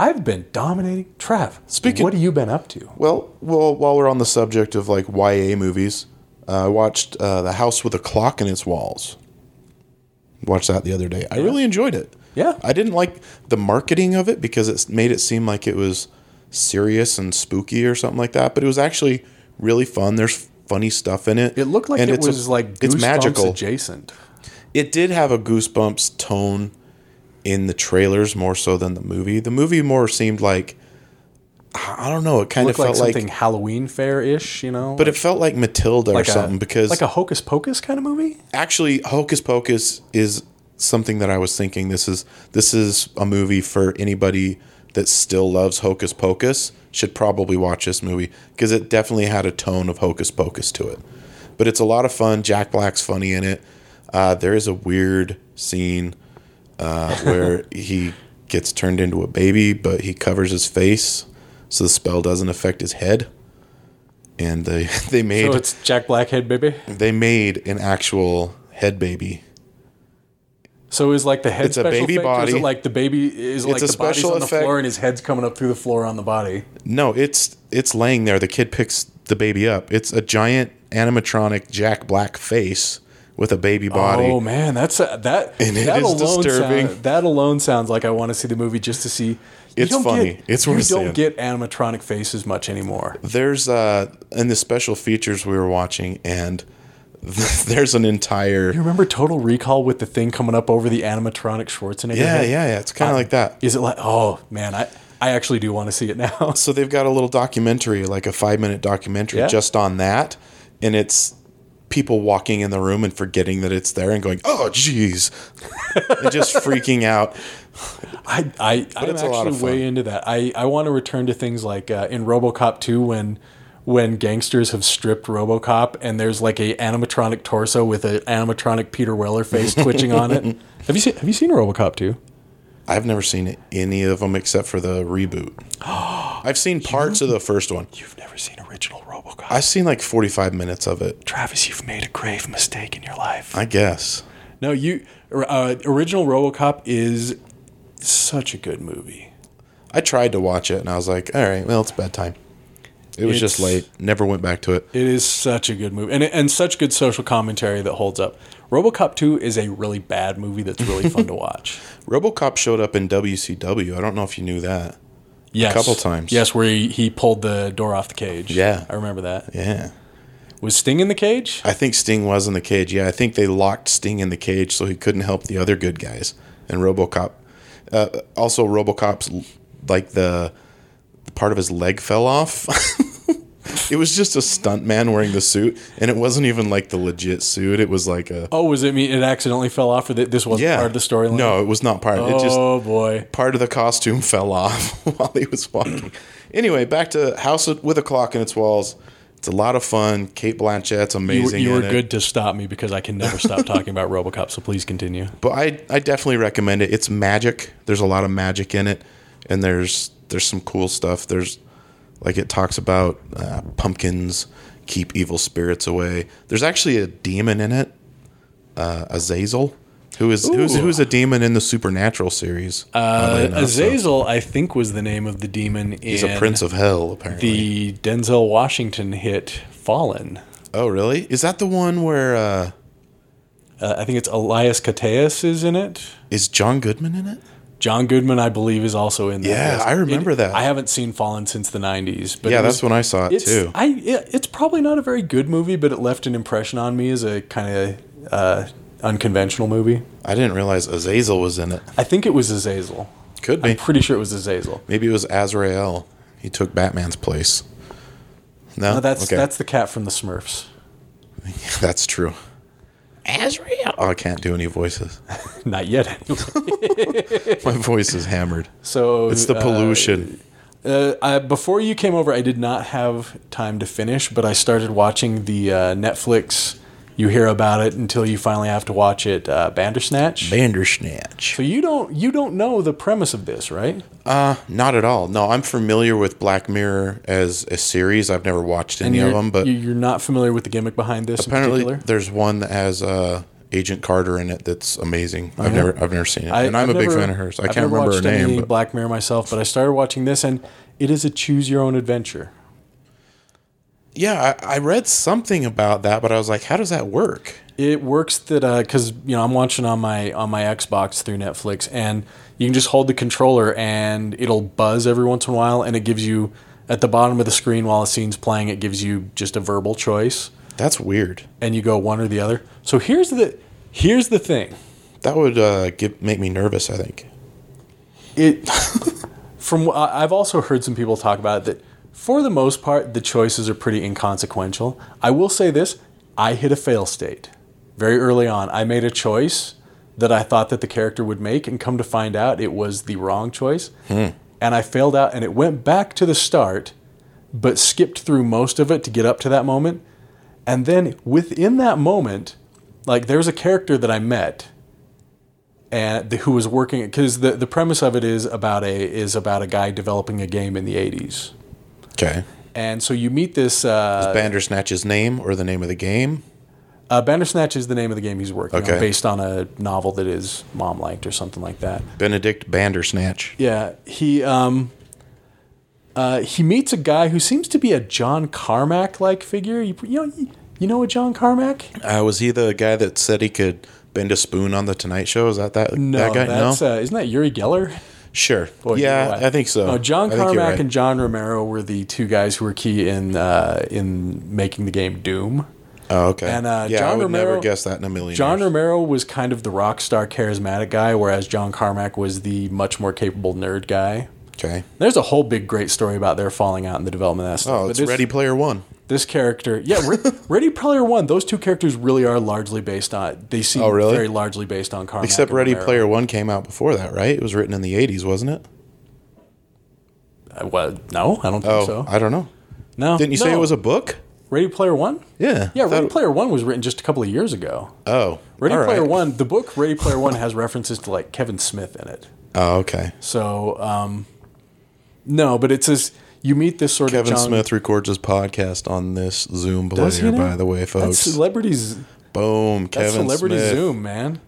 I've been dominating Trav Speaking- what have you been up to Well, well, while we're on the subject of like YA movies, uh, I watched uh, The House with a Clock in Its Walls. Watched that the other day. I really enjoyed it. Yeah. I didn't like the marketing of it because it made it seem like it was serious and spooky or something like that, but it was actually really fun. There's funny stuff in it. it looked like And it it's a- was like it's Goosebumps magical. adjacent it did have a goosebumps tone in the trailers more so than the movie. The movie more seemed like I I don't know. It kind of looked like felt like, something Halloween fair ish you know but it felt like Matilda or something a, because like a hocus pocus kind of movie. actually Hocus Pocus is something that I was thinking. This is this is a movie for anybody that still loves Hocus Pocus should probably watch this movie because it definitely had a tone of Hocus Pocus to it. But it's a lot of fun. Jack Black's funny in it. Uh, there is a weird scene uh, where he gets turned into a baby, but he covers his face so the spell doesn't affect his head. And they they made So it's Jack Blackhead, baby. they made an actual head baby. So is like the head. It's a special baby effect, or Is body. it like the baby is it like a the special body's on the effect. floor and his head's coming up through the floor on the body. No, it's it's laying there. The kid picks the baby up. It's a giant animatronic Jack Black face with a baby body. Oh man, that's a, that. And it that is disturbing. Sound, that alone sounds like I want to see the movie just to see. you It's don't funny. Get, It's you worth don't seeing. get animatronic faces much anymore. There's uh in the special features we were watching and there's an entire You remember Total Recall with the thing coming up over the animatronic Schwarzenegger? Yeah, yeah, head? yeah. It's Uh, kind of like that. Is it like? Oh man, I I actually do want to see it now. So they've got a little documentary, like a 5-minute documentary Yeah. just on that and it's people walking in the room and forgetting that it's there and going, "Oh jeez." and just freaking out. I, I I'm it's a actually lot of fun. way into that. I, I want to return to things like uh, in RoboCop 2 when when gangsters have stripped RoboCop and there's like a animatronic torso with an animatronic Peter Weller face twitching on it. Have you seen Have you seen RoboCop 2? I've never seen any of them except for the reboot. I've seen parts of the first one. You've never seen original RoboCop. I've seen like 45 minutes of it, Travis, you've made a grave mistake in your life. I guess. no, you uh, original RoboCop is such a good movie. I tried to watch it and I was like, all right, well, it's bedtime. It was just It's- late. Never went back to it. It is such a good movie, and and such good social commentary that holds up. RoboCop Two is a really bad movie that's really fun to watch. Robocop showed up in WCW. I don't know if you knew that. Yes, Couple times. Yes, where he, he pulled the door off the cage. Yeah. I remember that. Yeah. Was Sting in the cage? I think Sting was in the cage. Yeah, I think they locked Sting in the cage so he couldn't help the other good guys. And Robocop. Uh, also, Robocop's l- like the part of his leg fell off. it was just a stunt man wearing the suit, and it wasn't even like the legit suit. It was like a Oh, was it me? It accidentally fell off, or that this wasn't yeah part of the storyline? No, it was not part. It just oh boy. part of the costume fell off while he was walking. anyway, back to House with a Clock in its Walls. It's a lot of fun. Kate Blanchett's You, amazing. you were in it. good to stop me because I can never stop talking about RoboCop. So please continue. but I, I definitely recommend it. It's magic. There's a lot of magic in it, and there's there's some cool stuff. There's like it talks about uh, pumpkins keep evil spirits away. There's actually a demon in it, uh, Azazel, who is who's Ooh. who's a demon in the Supernatural series. oddly Uh, enough, so Azazel, I think, was the name of the demon in he's a prince of hell apparently. the Denzel Washington hit Fallen. oh really? Is that the one where uh, Uh, I think it's Elias Cateas is in it. is John Goodman in it? John Goodman, I believe, is also in that. Yeah, list. I remember It- that. I haven't seen Fallen since the '90s, but Yeah, it that's was- when I saw it it's, too. I it, it's probably not a very good movie, but it left an impression on me as a kind of uh, unconventional movie. I didn't realize Azazel was in it. I think it was Azazel. Could be. I'm pretty sure it was Azazel. Maybe it was Azrael. He took Batman's place. No, No, that's Okay. that's the cat from the Smurfs. That's true. Azrael. Oh, I can't do any voices. Not yet. anyway. My voice is hammered. so It's the uh, pollution. Uh, I, before you came over, I did not have time to finish, but I started watching the uh, Netflix. You hear about it until you finally have to watch it. Uh, Bandersnatch. Bandersnatch. so you don't you don't know the premise of this, right? Uh, not at all. No, I'm familiar with Black Mirror as a series. I've never watched any of you're, them, but you- you're not familiar with the gimmick behind this. in apparently particular? there's one that has uh, Agent Carter in it that's amazing. I've know. never I've never seen it, Uh-huh. I, and I'm I've a big never- fan of hers. I I've can't never remember her watched any name, but Black Mirror myself, but I started watching this, and it is a choose your own adventure. yeah, I, I read something about that, but I was like, how does that work? It works that because you know I'm watching on my on my Xbox through Netflix, and you can just hold the controller, and it'll buzz every once in a while, and it gives you at the bottom of the screen while a scene's playing, it gives you just a verbal choice, That's weird. and you go one or the other. So here's the here's the thing. That would uh, give, make me nervous. I think. it from what I- I've also heard some people talk about it that for the most part the choices are pretty inconsequential. I will say this, I hit a fail state very early on. I made a choice that I thought that the character would make and come to find out it was the wrong choice. And I failed out and it went back to the start but skipped through most of it to get up to that moment. And then within that moment, like there was a character that I met and the, who was working because the, the premise of it is about a is about a guy developing a game in the 80s Okay. and so you meet this uh, Bandersnatch's name or the name of the game? uh, bandersnatch is the name of the game he's working Okay. on based on a novel that his mom liked or something like that Benedict Bandersnatch. yeah he um uh, he meets a guy who seems to be a john carmack like figure you, you know you know a john carmack Uh, was he the guy that said he could bend a spoon on the Tonight Show? Is that that, that guy? that's no. Uh, isn't that yuri geller sure. Boy, yeah, you're right. I think so. No, Uh, John I think you're Carmack right. and John Romero were the two guys who were key in uh, in making the game Doom. Oh, okay. and, uh, yeah, I John would Romero- never guess that in a million. John years. Romero was kind of the rock star, charismatic guy, whereas John Carmack was the much more capable nerd guy. Okay. There's a whole big great story about their falling out in the development of that stuff. Oh, but it's this, Ready Player One. This character, yeah, Re- Ready Player One. Those two characters really are largely based on. They seem Oh, really? very largely based on Carmack. Except and Ready Romero. Player One came out before that, right? It was written in the '80s, wasn't it? Uh, well, no, I don't think Oh, so. I don't know. no, Didn't you say no. it was a book? Ready Player One? Yeah. Yeah, I thought Ready it- Player One was written just a couple of years ago. Oh, Ready all right. Player One, the book Ready Player One has references to like Kevin Smith in it. Oh, okay. So, um, no, but it's this you meet this sort Kevin of John, Smith records his podcast on this Zoom Does he player, now? by the way, That's folks. celebrities. Boom, That's Kevin celebrity Smith. Zoom, man.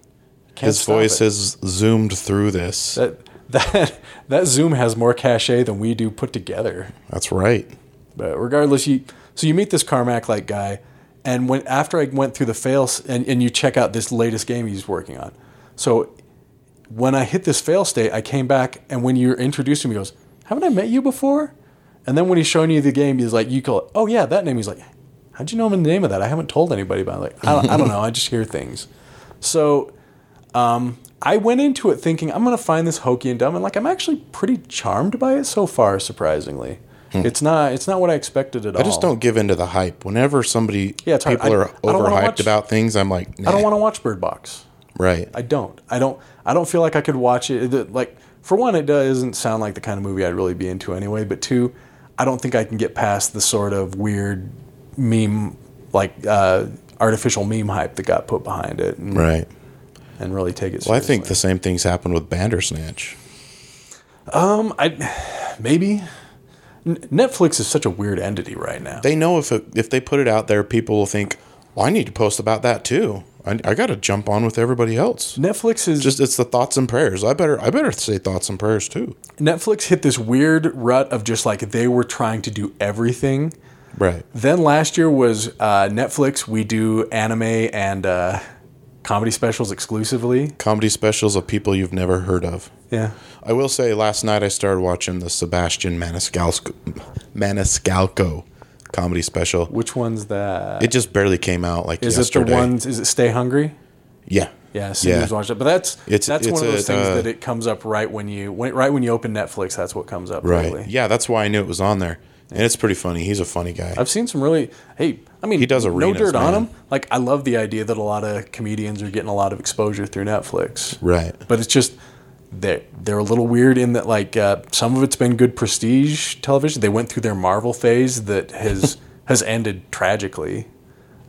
Can't His stop voice it. has zoomed through this. that that that Zoom has more cachet than we do put together. That's right. But regardless, you so you meet this Carmack like guy, and when after I went through the fails and, and you check out this latest game he's working on. So when I hit this fail state, I came back and when you're introducing me, he goes, Haven't I met you before? And then when he's showing you the game, he's like, You call it, oh yeah, that name. He's like, How'd you know I'm in the name of that? I haven't told anybody about it. Like, I, don't- I don't know, I just hear things. So um, I went into it thinking I'm gonna find this hokey and dumb, and like I'm actually pretty charmed by it so far. Surprisingly, it's not it's not what I expected at all. Hmm. I just don't give in to the hype. Whenever somebody Oh. Yeah, it's hard. people I- are I don't wanna overhyped watch- about things, I'm like, nah. I don't want to watch Bird Box. right. I don't. I don't. I don't feel like I could watch it. The- Like for one, it doesn't sound like the kind of movie I'd really be into anyway. But two, I don't think I can get past the sort of weird meme, like uh, artificial meme hype that got put behind it, and, right. and really take it. Seriously. Well, I think the same things happened with Bandersnatch. Um, I maybe N- Netflix is such a weird entity right now. They know if it, if they put it out there, people will think, well, I need to post about that too. I, I got to jump on with everybody else. Netflix is Just it's the thoughts and prayers. I better I better say thoughts and prayers too. Netflix hit this weird rut of just like they were trying to do everything. Right. Then last year was uh, Netflix. We do anime and uh, comedy specials exclusively. Comedy specials of people you've never heard of. Yeah, I will say, last night I started watching the Sebastian Maniscalco, Maniscalco comedy special. which one's that? It just barely came out like Is yesterday. it the ones? Is it Stay Hungry? Yeah. Yeah, Yeah. Cindy's watched it, but that's It's- that's it's one of those a, things uh, that it comes up right when you when, right when you open Netflix. That's what comes up. Right. lately. Yeah, that's why I knew it was on there. And it's pretty funny. He's a funny guy. I've seen some really. Hey, I mean, He does no arenas, dirt on man. him. Like I love the idea that a lot of comedians are getting a lot of exposure through Netflix. right. But it's just they're, they're a little weird in that like uh, some of it's been good prestige television. They went through their Marvel phase that has has ended tragically.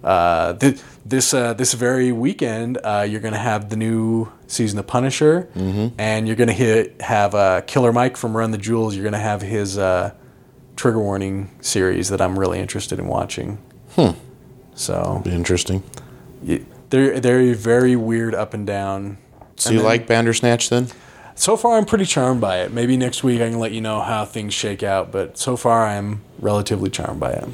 Uh, th- this uh, this very weekend, uh, you're gonna have the new season of Punisher, and you're gonna hit have uh, Killer Mike from Run the Jewels. You're gonna have his uh, trigger warning series that I'm really interested in watching. So Interesting. y- they're they're very weird up and down. So you like Bandersnatch then? So far, I'm pretty charmed by it. Maybe next week I can let you know how things shake out, but so far I'm relatively charmed by it.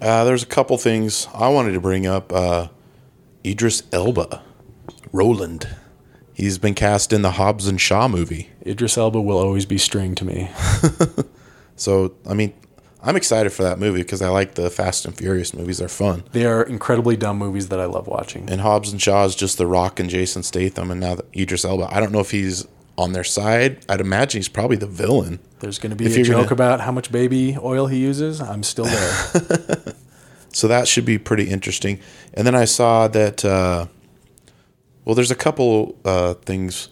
Uh, there's a couple things I wanted to bring up. Uh, Idris Elba, Roland. He's been cast in the Hobbs and Shaw movie. Idris Elba will always be string to me. So, I mean, I'm excited for that movie because I like the Fast and Furious movies. They're fun. They are incredibly dumb movies that I love watching. And Hobbs and Shaw is just The Rock and Jason Statham, and now that Idris Elba. I don't know if he's on their side. I'd imagine he's probably the villain. There's going to be If a you're joke gonna- about how much baby oil he uses. I'm still there. So that should be pretty interesting. And then I saw that, uh, well, there's a couple uh, things.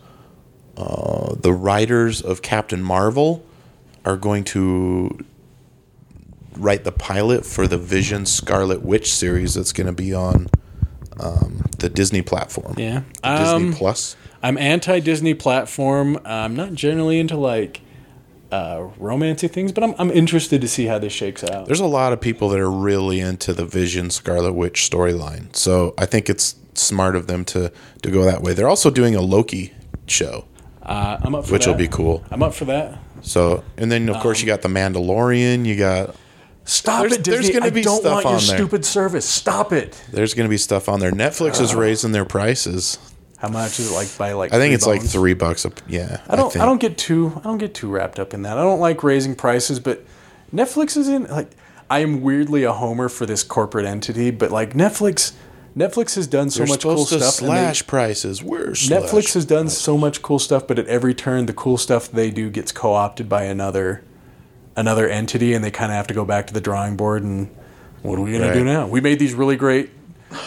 Uh, the writers of Captain Marvel are going to write the pilot for the Vision Scarlet Witch series that's going to be on um, the Disney platform. yeah. The Um, Disney Plus. I'm anti Disney platform. I'm not generally into like uh, romancy things, but I'm, I'm interested to see how this shakes out. There's a lot of people that are really into the Vision Scarlet Witch storyline. So I think it's smart of them to, to go that way. They're also doing a Loki show. Uh, I'm up for which that. will be cool. I'm up for that. So, and then of course you Um, got the Mandalorian. You got Stop There's- it, Disney. there's gonna I be don't stuff want your on there. stupid service. Stop it. there's going to be stuff on there. Netflix is raising their prices. How much is it like by like? I think three it's like bones? three bucks a yeah. I don't. I, think. don't get too. I don't get too wrapped up in that. I don't like raising prices, but Netflix is in. Like, I am weirdly a homer for this corporate entity, but like Netflix, Netflix has done so They're much cool supposed to stuff. and they- slash prices. We're Netflix slash. has done so much cool stuff, but at every turn, the cool stuff they do gets co-opted by another, another entity, and they kind of have to go back to the drawing board. And what are we gonna do Right. now? We made these really great,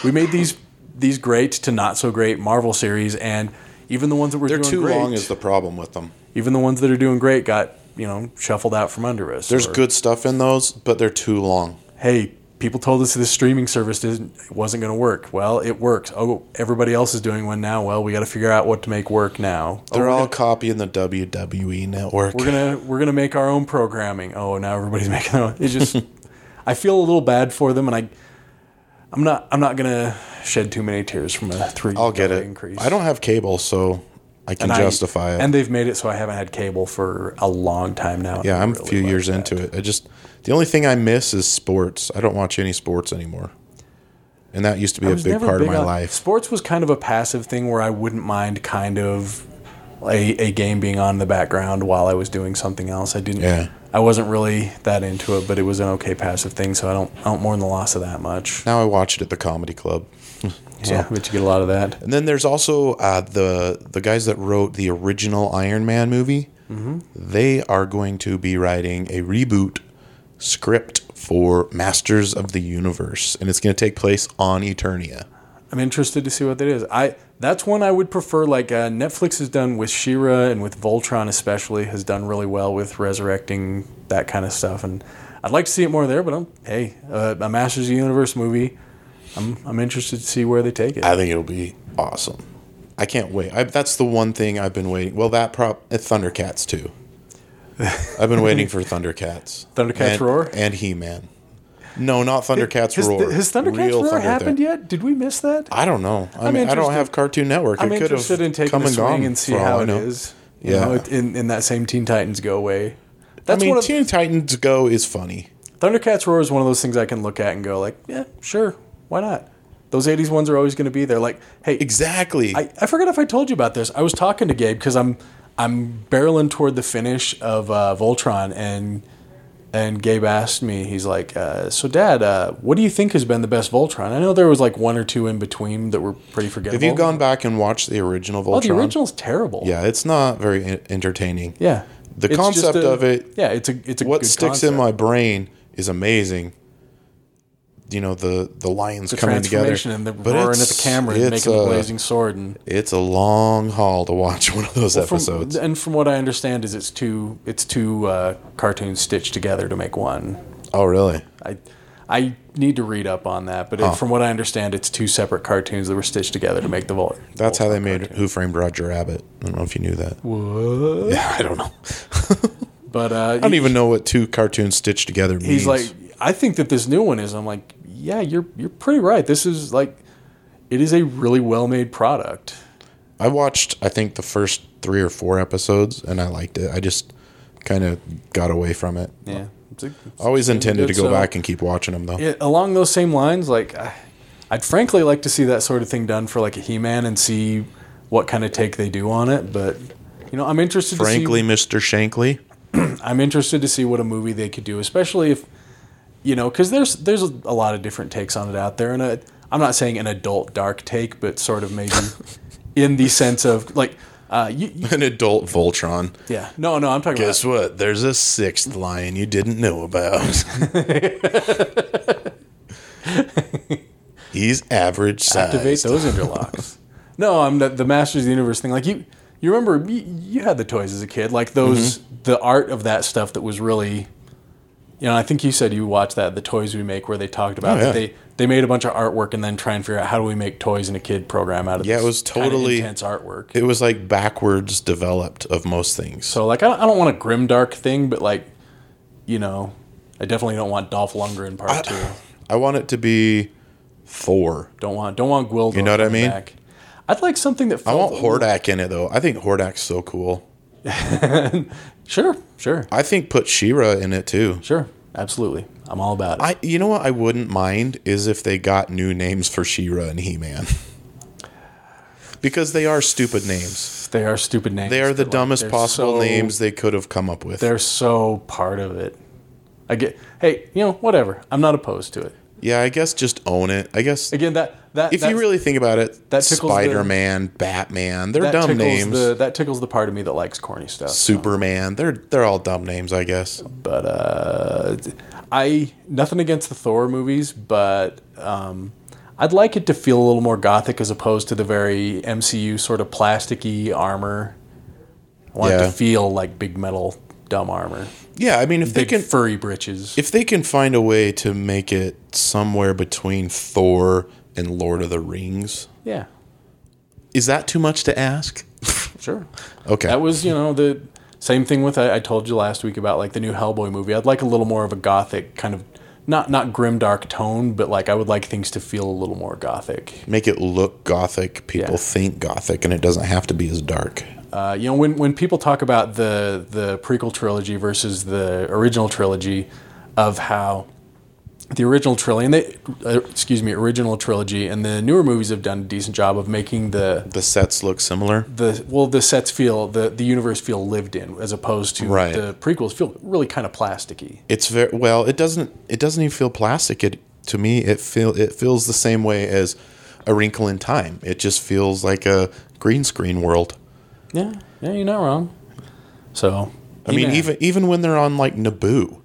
we made these these great to not so great Marvel series, and even the ones that were They're doing too great, long is the problem with them. even the ones that are doing great got you know shuffled out from under us. There's Or, good stuff in those, but they're too long. Hey, people told us this streaming service didn't wasn't gonna work. Well, it works. Oh, everybody else is doing one now. Well, we got to figure out what to make work now. Oh, They're we're all gonna- copying the WWE network. we're gonna we're gonna make our own programming. Oh, now everybody's making their own. It's just I feel a little bad for them, and I I'm not I'm not gonna shed too many tears from a three. I'll get it. increase. I don't have cable, so I can And I- justify it. And they've made it so I haven't had cable for a long time now. yeah, and I I'm a really few like years that. into it. I just the only thing I miss is sports. I don't watch any sports anymore, and that used to be I a was big never part of my on- life. Sports was kind of a passive thing where I wouldn't mind kind of a, a game being on in the background while I was doing something else. I didn't. Yeah. I wasn't really that into it, but it was an okay passive thing, so I don't I don't mourn the loss of that much. Now I watch it at the comedy club. Yeah, but you get a lot of that. And then there's also uh, the the guys that wrote the original Iron Man movie. Mm-hmm. They are going to be writing a reboot script for Masters of the Universe, and it's going to take place on Eternia. I'm interested to see what that is. I that's one I would prefer. Like uh, Netflix has done with Shira and with Voltron, especially, has done really well with resurrecting that kind of stuff, and I'd like to see it more there. But I'm hey, uh, a Masters of the Universe movie. I'm I'm interested to see where they take it. I think it'll be awesome. I can't wait. I, that's the one thing I've been waiting. Well, that prop uh, Thundercats too. I've been waiting for Thundercats. Thundercats and, Roar? and He Man. No, not Thundercats has, Roar. Has Thundercats Real Roar Thunder happened thing. yet? Did we miss that? I don't know. I I'm mean, I don't interested- have Cartoon Network. I'm it could interested have in taking come a and gone swing and see for all how I it know. is. You Yeah. know, in in that same Teen Titans Go away. I That's mean, one of Teen Titans Go is funny. Thundercats Roar is one of those things I can look at and go like, yeah, sure, why not? Those '80s ones are always going to be there. Like, hey, Exactly. I, I forgot if I told you about this. I was talking to Gabe because I'm I'm barreling toward the finish of uh, Voltron, and and Gabe asked me, he's like, uh, so Dad, uh, what do you think has been the best Voltron? I know there was like one or two in between that were pretty forgettable. have you gone back and watched the original Voltron? Oh, the original's terrible. Yeah, it's not very en- entertaining. yeah. The It's just concept a- of it- Yeah, it's a it's a what good sticks in concept. my brain is amazing. you know the the lions the coming together. transformation and the But roaring at the it's- camera and it's uh, making the a- blazing sword and It's a long haul to watch one of those From- episodes. and from what I understand, is it's two it's two uh, cartoons stitched together to make one. oh, really? I I need to read up on that, but it, from what I understand, it's two separate cartoons that were stitched together to make the vault. That's how they made Who Framed Roger Rabbit. I don't know if you knew that. What? Yeah, I don't know. But uh, I don't even know what two cartoons stitched together means. He's like, I think that this new one is. I'm like, yeah, you're you're pretty right. This is like, it is a really well made product. I watched, I think, the first three or four episodes, and I liked it. I just kind of got away from it. Yeah. It's a- I always intended to It's, go uh, back and keep watching them, though. it, along those same lines, like I, I'd frankly like to see that sort of thing done for like a He-Man and see what kind of take they do on it. But you know, I'm interested. Frankly, Mr. Shankly, to see, I'm interested to see what a movie they could do, especially if you know, because there's there's a lot of different takes on it out there, and a, I'm not saying an adult dark take, but sort of maybe in the sense of like. Uh, you, you- an adult Voltron. yeah, no, no, I'm talking Guess about. what? There's a sixth lion you didn't know about. He's average size. Activate those interlocks. no, I'm the, the Masters of the Universe thing. Like you, you remember you, you had the toys as a kid. Like those, Mm-hmm. the art of that stuff that was really, you know. I think you said you watched that the toys we make where they talked about Oh, that yeah. they they made a bunch of artwork and then try and figure out how do we make toys in a kid program out of Yeah, it this was kinda totally- intense artwork. It was like backwards developed of most things. so like I don't, I don't want a grimdark thing, but like you know, I definitely don't want Dolph Lundgren part Uh, two. I want it to be Thor. Don't want don't want Gwildor. You know what I mean? Back. I'd like something that I felt want Hordak in it though. I think Hordak's so cool. Sure, sure. I think put Shira in it too. Sure, absolutely. I'm all about it. I you know what I wouldn't mind is if they got new names for Shira and He Man. because they are stupid names. they are stupid names. They are the but, like, dumbest they're possible so- names they could have come up with. They're so part of it. I get. Hey, you know, whatever. I'm not opposed to it. Yeah, I guess just own it. I guess Again, that that if that's- you really think about it, that that tickles the- Spider Man, Batman, they're that dumb tickles names. The, that tickles the part of me that likes corny stuff. Superman, they're they're all dumb names, I guess. but uh, I nothing against the Thor movies, but um, I'd like it to feel a little more gothic as opposed to the very MCU sort of plasticky armor. I want it Yeah. to feel like big metal dumb armor, Yeah, I mean if they big can furry breeches. if they can find a way to make it somewhere between Thor and Lord of the Rings, yeah, is that too much to ask? sure. Okay. That was, you know, the same thing with I, I told you last week about like the new Hellboy movie. I'd like a little more of a gothic kind of not not grim dark tone, but like I would like things to feel a little more gothic. make it look gothic. People Yeah. think gothic, and it doesn't have to be as dark. Uh, you know, when when people talk about the the prequel trilogy versus the original trilogy, of how the original trilogy and they uh, excuse me original trilogy and the newer movies have done a decent job of making the The sets look similar. the well the sets feel the the universe feel lived in as opposed to Right. the prequels feel really kind of plasticky. It's very well. It doesn't. It doesn't even feel plastic. It to me, it feel it feels the same way as a Wrinkle in Time. It just feels like a green screen world. Yeah, yeah, you're not wrong. So, I mean, He-Man. even even when they're on like Naboo,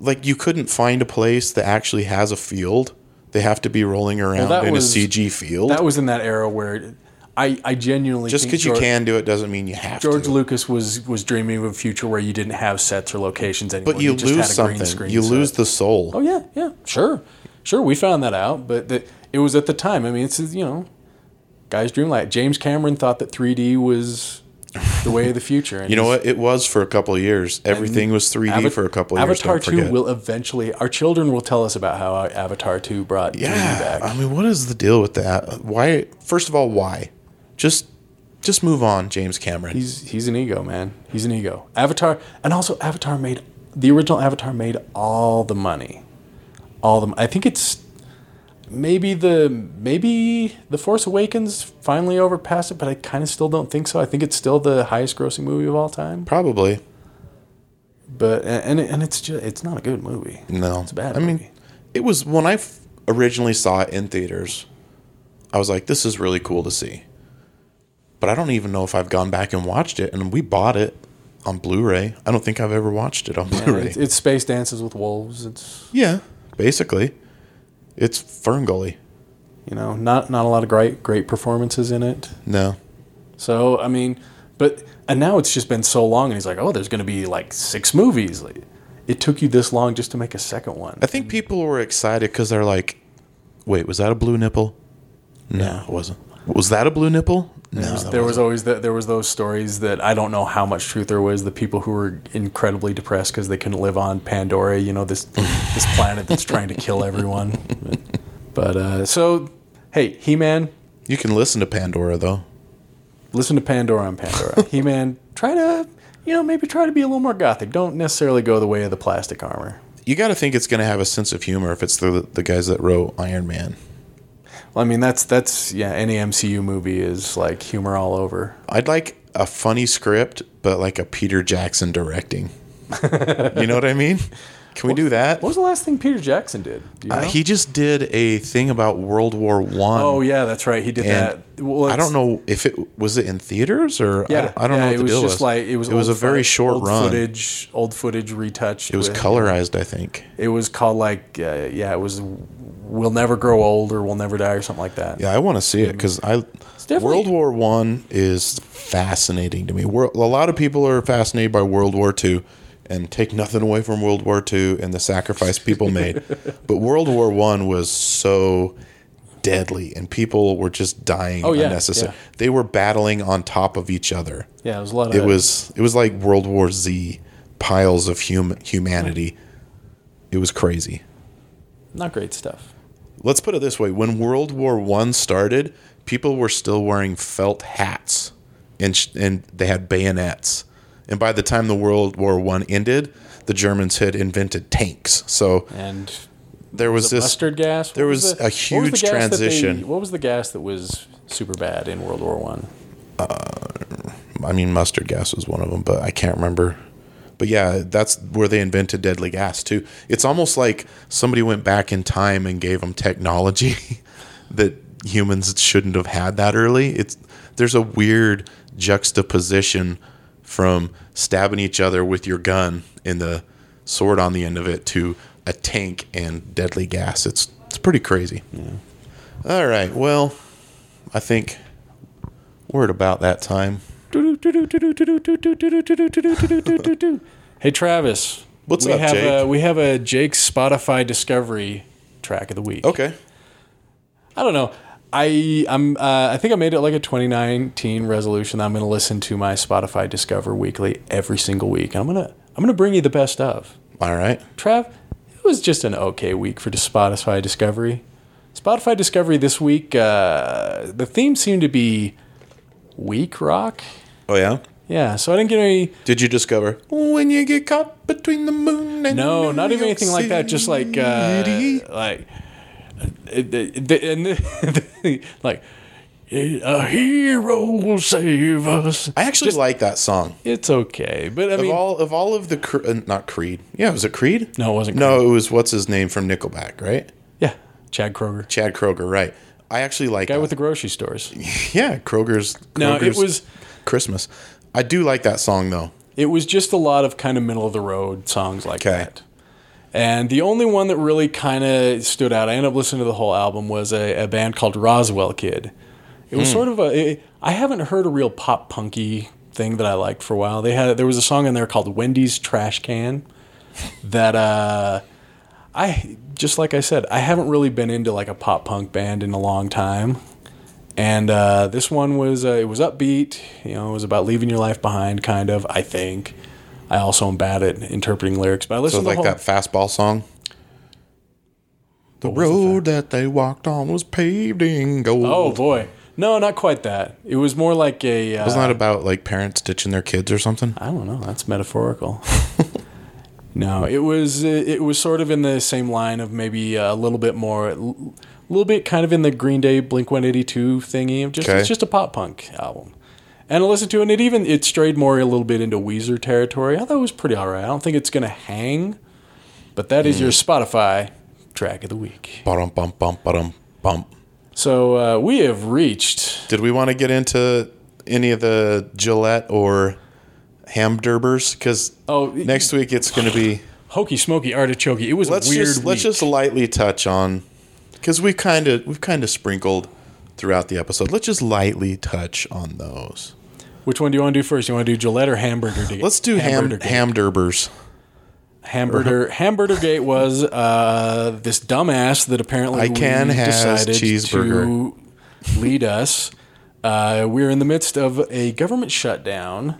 like you couldn't find a place that actually has a field. They have to be rolling around that in was- a CG field. that was in that era where I, I genuinely Just think because you George, can do it doesn't mean you have George to. Lucas was was dreaming of a future where you didn't have sets or locations anymore. but you, just lose had a green something. screen You set. lose the soul. Oh yeah, yeah, sure, sure. We found that out, but the, it was at the time. I mean, it's you know, guys dream like James Cameron thought that 3D was the way of the future. And You know what? It was for a couple of years. Everything was 3D Ava- for a couple of years. Avatar Don't forget. 2 will eventually, our children will tell us about how Avatar 2 brought 3D yeah. back. I mean, what is the deal with that? Why? First of all, why? Just, just move on, James Cameron. He's he's an ego, man. He's an ego. Avatar, and also Avatar made the original Avatar made all the money, all the. I think it's maybe the maybe the Force Awakens finally overpassed it, but I kind of still don't think so. I think it's still the highest grossing movie of all time. Probably But and and it's just it's not a good movie. no. it's a bad. I mean, movie. it was when I f- originally saw it in theaters. I was like, this is really cool to see. But I don't even know if I've gone back and watched it. And we bought it on Blu-ray. I don't think I've ever watched it on Blu-ray. it's, it's Space Dances with Wolves. It's Yeah, basically. It's Ferngully. You know, not not a lot of great great performances in it. No. So I mean, but and now it's just been so long, and he's like, oh, there's going to be like six movies. Like, it took you this long just to make a second one. I think people were excited because they're like, wait, was that a blue nipple? No, it wasn't. Was that a blue nipple? No. that there wasn't. was always that there was those stories that I don't know how much truth there was. The people who were incredibly depressed because they couldn't live on Pandora, you know this this planet that's trying to kill everyone. But, uh, so, hey, He Man, You can listen to Pandora, though. listen to Pandora on Pandora. he Man, try to you know maybe try to be a little more gothic. Don't necessarily go the way of the plastic armor. You got to think it's going to have a sense of humor if it's the, the guys that wrote Iron Man. Well, I mean that's that's yeah any MCU movie is like humor all over. I'd like a funny script, but like a Peter Jackson directing. you know what I mean? Can we do that? What was the last thing Peter Jackson did? Do you Uh, know? he just did a thing about World War One. oh yeah, that's right. He did and that. Well, I it's- don't know if it was it in theaters or I Yeah, don't, I don't yeah, know what it the was deal just was. like it was. It was a old very fo- short old run. Footage, old footage retouched. It was with- colorized, I think. It was called like uh, yeah, it was "We'll Never Grow Old" or "We'll Never Die" or something like that. Yeah, I want to see it because I Mm. definitely- World War One is fascinating to me. Wor- a lot of people are fascinated by World War Two, and take nothing away from World War Two and the sacrifice people made, but World War One was so deadly, and people were just dying Oh, yeah, unnecessary. yeah. They were battling on top of each other. Yeah, it was a lot of. It was it was like World War Z piles of hum- humanity. It was crazy. not great stuff. Let's put it this way: when World War One started, people were still wearing felt hats, and sh- and they had bayonets. And by the time the World War One ended, the Germans had invented tanks. So And there was, the this mustard gas. What there was was the- a what was the gas huge that they- transition. what was the gas that was super bad in World War One? I mean, mustard gas was one of them, but I can't remember. But yeah, that's where they invented deadly gas too. It's almost like somebody went back in time and gave them technology that humans shouldn't have had that early. It's there's a weird juxtaposition from stabbing each other with your gun and the sword on the end of it to a tank and deadly gas. It's it's pretty crazy. All right. Well, I think we're at about that time. Hey Travis, What's we up, have Jake? A, we have a Jake's Spotify Discovery track of the week. Okay. I don't know. I I'm uh, I think I made it like a 2019 resolution. that I'm going to listen to my Spotify Discover weekly every single week, and I'm gonna I'm gonna bring you the best of All right. Trav. It was just an okay week for dis- Spotify Discovery. Spotify Discovery this week. Uh, the theme seemed to be weak rock. Oh yeah. Yeah, so I didn't get any. Did you discover when you get caught between the moon and No, not New even York anything like that. Just like uh, City? like it- it- the- and the- like a hero will save us. I actually like that song. It's okay, but I Of mean, all of all of the Cre- uh, not Creed. Yeah, was it Creed? no, it wasn't. No, it was what's his name from Nickelback, right? yeah, Chad Kroger, Chad Kroger, right? I actually like guy that. with the grocery stores. yeah, Kroger's, Kroger's. No, it was Christmas. I do like that song though. it was just a lot of kind of middle of the road songs like Okay. that. And the only one that really kind of stood out, I ended up listening to the whole album, was a, a band called Roswell Kid. It was sort of a. It, I haven't heard a real pop punky thing that I liked for a while. They had there was a song in there called Wendy's Trash Can, that uh, I just like I said, I haven't really been into like a pop punk band in a long time. And uh, this one was uh, it was upbeat. You know, it was about leaving your life behind, kind of. I think. I also am bad at interpreting lyrics, but I So listened to the like whole, that fastball song. The road that they walked on was paved in gold. Oh boy, no, not quite that. It was more like a. Uh, Wasn't that about like parents ditching their kids or something? I don't know. That's metaphorical. no, it was it was sort of in the same line of maybe a little bit more, a little bit kind of in the Green Day Blink One Eighty Two thingy. Of just Okay. it's just a pop punk album, and I listened to it. and It even it strayed more a little bit into Weezer territory. I thought it was pretty all right. I don't think it's gonna hang, but that Hmm. is your Spotify track of the week. Bum bum bum bum bum. So uh, we have reached. Did we want to get into any of the Gillette or Hamderbers? Because Oh, next week it's going to be. hokey smoky artichoke. It was Let's a weird. just let's week. just lightly touch on because we've kind of we've kind of sprinkled throughout the episode. Let's just lightly touch on those. Which one do you want to do first? You want to do Gillette or Hamburger Gate? Let's do ham Hamburger Gate. hamdurbers. Hamburger Hamburger Gate was uh, this dumbass that apparently I can we has decided cheeseburger. to lead us. Uh, we're in the midst of a government shutdown,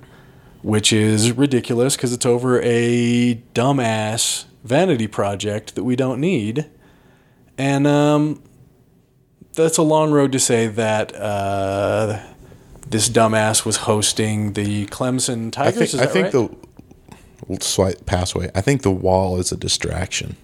which is ridiculous because it's over a dumbass vanity project that we don't need, and um, that's a long road to say that. Uh, this dumbass was hosting the Clemson I Tigers. think is I that think right? the swipe passway. I think the wall is a distraction.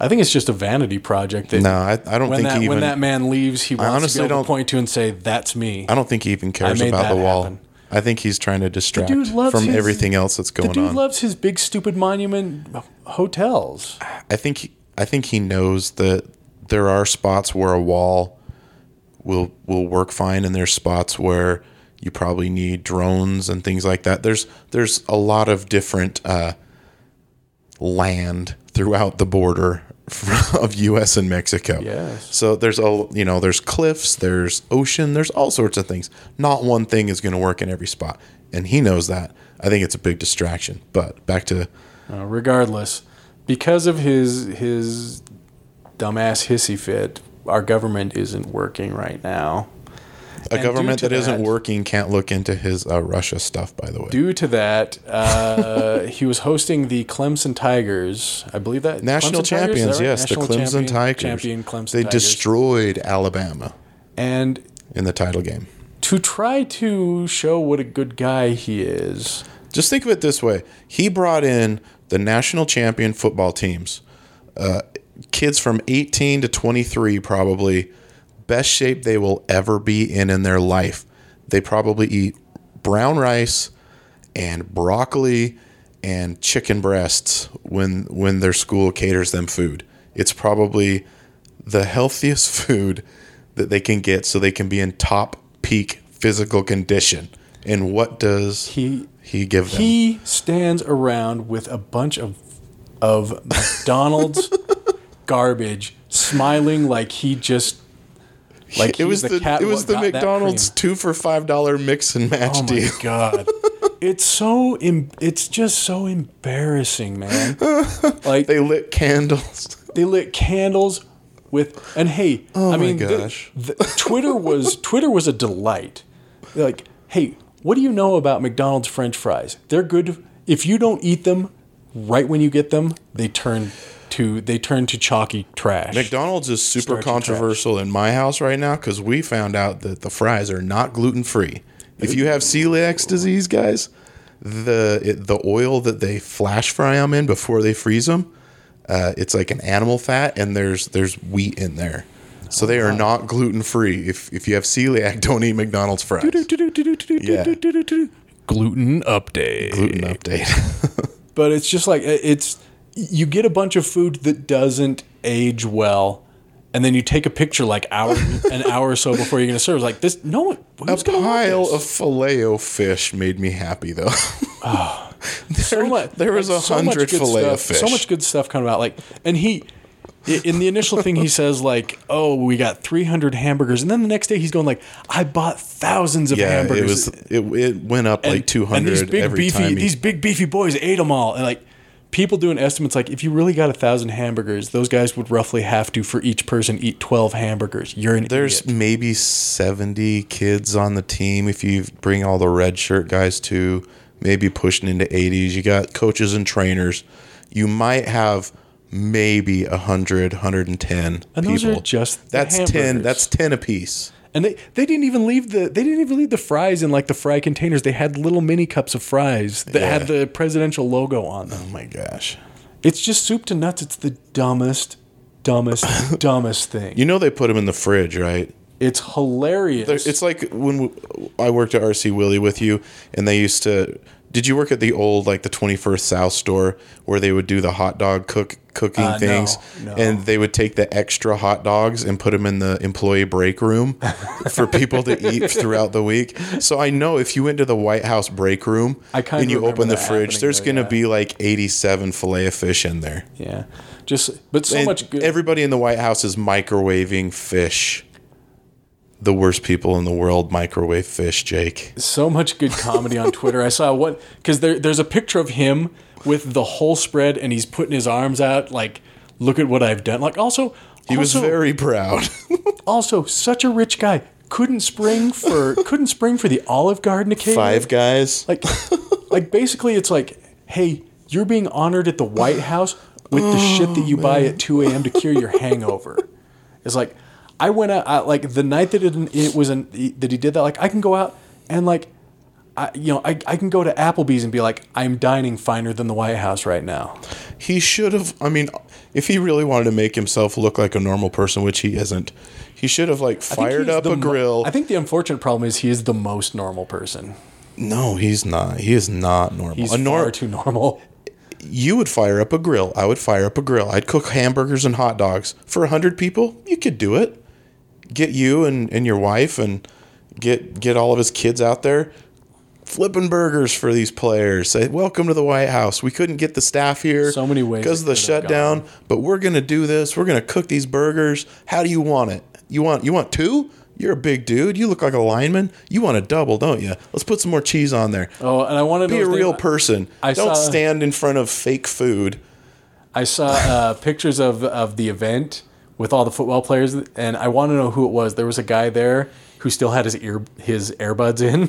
I think it's just a vanity project that No, I, I don't when think that he even when that man leaves, he wants honestly to, be able don't- to point to and say, "That's me." I don't think he even cares made about the that wall. happen. I think he's trying to distract dude loves from his- everything else that's The going dude on. loves his big stupid monument hotels. I think he, I think he knows that there are spots where a wall will will work fine, and there's spots where you probably need drones and things like that. There's there's a lot of different uh, land throughout the border of U.S. and Mexico. Yes. So there's a you know there's cliffs, there's ocean, there's all sorts of things. Not one thing is going to work in every spot, and he knows that. I think it's a big distraction. But back to Uh, regardless, because of his his dumbass hissy fit, our government isn't working right now. a due government to that isn't that- working can't look into his uh, Russia stuff, by the way. Due to that, uh, he was hosting the Clemson Tigers. I believe that National Clemson Tigers, is champions, that right? yes, National the Clemson champion- Tigers. Champion Clemson they Tigers. destroyed Alabama and in the title game. to try to show what a good guy he is. Just think of it this way: he brought in the national champion football teams, uh, kids from 18 to 23, probably best shape they will ever be in in their life. They probably eat brown rice and broccoli and chicken breasts when when their school caters them food. It's probably the healthiest food that they can get so they can be in top peak physical condition. And what does He he give them. He stands around with a bunch of of McDonald's garbage, smiling like he just like it he's was the, cat it what was the got that McDonald's cream. two for five dollar mix and match Oh deal. my god. It's so em- it's just so embarrassing, man. Like They lit candles. They lit candles with, and hey, I Oh my mean, the- gosh. the- Twitter was Twitter was a delight. They're like, hey, what do you know about McDonald's French fries? They're good. If you don't eat them right when you get them, they turn to they turn to chalky trash. McDonald's is super Starchy controversial in my house right now because we found out that the fries are not gluten free. If you have celiac disease, guys, the it, the oil that they flash fry them in before they freeze them, uh, it's like an animal fat, and there's there's wheat in there, so they Oh, are not gluten free. If if you have celiac, don't eat McDonald's fries. Yeah. Gluten update. Gluten update. but it's just like it's you get a bunch of food that doesn't age well and then you take a picture like hour an hour or so before you're gonna serve It's like this no one who's a gonna want pile this? of filet o fish made me happy though. there, so much, there was a like, so much hundred good filet o stuff- fish. so much good stuff coming out like and he i- in the initial thing he says like oh we got 300 hamburgers and then the next day he's going like i bought thousands of yeah, hamburgers it was. It, it went up like two and these hundred big every beefy time. he- these big beefy boys ate them all and like people doing estimates like if you really got a thousand hamburgers those guys would roughly have to for each person eat 12 hamburgers you're an there's idiot. maybe seventy kids on the team if you bring all the red shirt guys to maybe pushing into eighties. You got coaches and trainers. You might have maybe 100 110 And people those are just the that's 10 hamburgers. that's 10 apiece and they, they didn't even leave the they didn't even leave the fries in like the fry containers they had little mini cups of fries that Yeah. had the presidential logo on them oh my gosh it's just soup to nuts it's the dumbest dumbest dumbest thing you know they put them in the fridge right it's hilarious There- It's like when we, I worked at RC Willie with you, and they used to Did you work at the old like the 21st South store where they would do the hot dog cook cooking Uh, no, things no. and they would take the extra hot dogs and put them in the employee break room for people to eat throughout the week. So I know if you went to the White House break room I kinda and you remember open the that fridge, happening there's though, going to yeah. be like 87 fillet of fish in there. Yeah, just but so And much good. Everybody in the White House is microwaving fish. The worst people in the world microwave fish, Jake. so much good comedy on Twitter. I saw one because there, there's a picture of him with the whole spread, and he's putting his arms out, like, "Look at what I've done." Like, also, He was also, very proud. also such a rich guy. Couldn't spring for couldn't spring for the Olive Garden occasion. Five guys. Like, like basically, it's like, hey, you're being honored at the White House with the Oh, shit that you buy at 2 a.m. to cure your hangover. It's like, I went out I, like the night that it, it was an, that he did that. Like, I can go out and like, I, you know, I, I can go to Applebee's and be like, I'm dining finer than the White House right now. He should have. I mean, if he really wanted to make himself look like a normal person, which he isn't, he should have like I think fired he's up the a mo- grill. I think the unfortunate problem is he is the most normal person. no, he's not. He is not normal. He's a nor- far too normal. you would fire up a grill. I would fire up a grill. I'd cook hamburgers and hot dogs for hundred people. You could do it. Get you and, and your wife and get get all of his kids out there flipping burgers for these players. Say, welcome to the White House. We couldn't get the staff here. So many ways because it of the could have shutdown. But we're gonna do this. We're gonna cook these burgers. How do you want it? You want you want two? You're a big dude. You look like a lineman. You want a double, don't you? Let's put some more cheese on there. Oh, and I want to Be a real person. I Don't saw- stand in front of fake food. I saw uh, pictures of, of the event with all the football players, and I want to know who it was. There was a guy there who still had his ear his earbuds in,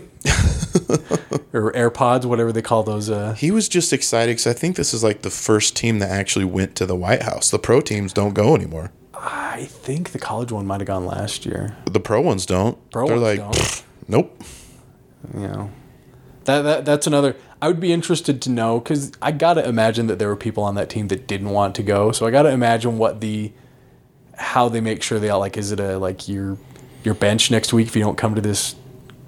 or AirPods, whatever they call those. Uh, He was just excited because I think this is like the first team that actually went to the White House. The pro teams don't go anymore. I think the college one might have gone last year. The pro ones don't. Pro They're ones like, don't. "Pfft, nope. You know, that, that that's another. I would be interested to know because I gotta imagine that there were people on that team that didn't want to go. So I gotta imagine what the how they make sure they all like. Is it a like your your bench next week if you don't come to this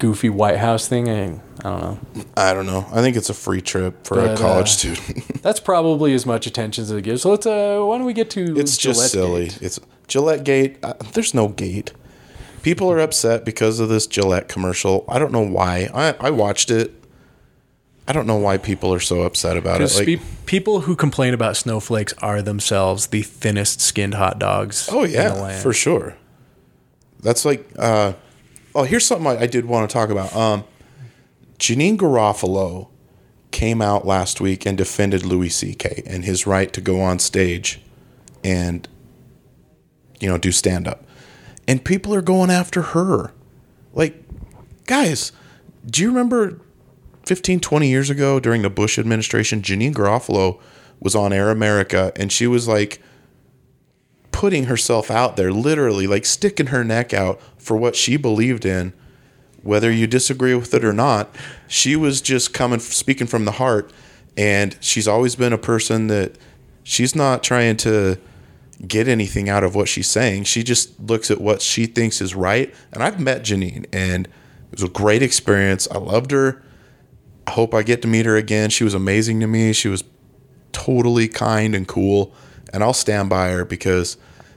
goofy White House thing? I, I don't know. I don't know. I think it's a free trip for But, a uh, college student. That's probably as much attention as it gives. So let's. Uh, why don't we get to? it's just silly. Gate? It's Gillette Gate. Uh, there's no gate. People are upset because of this Gillette commercial. I don't know why. I, I watched it. I don't know why people are so upset about it. Like, Spe- people who complain about snowflakes are themselves the thinnest skinned hot dogs. Oh in the yeah, land. for sure. That's like uh oh, here's something I, I did want to talk about. Um Janine Garofalo came out last week and defended Louis CK and his right to go on stage and you know, do stand up. And people are going after her. Like guys, do you remember 15, 20 years ago during the Bush administration, Janine Garofalo was on Air America and she was like putting herself out there, literally, like sticking her neck out for what she believed in, whether you disagree with it or not. She was just coming, speaking from the heart. And she's always been a person that she's not trying to get anything out of what she's saying. She just looks at what she thinks is right. And I've met Janine, and it was a great experience. I loved her. I hope I get to meet her again. She was amazing to me. She was totally kind and cool, and I'll stand by her because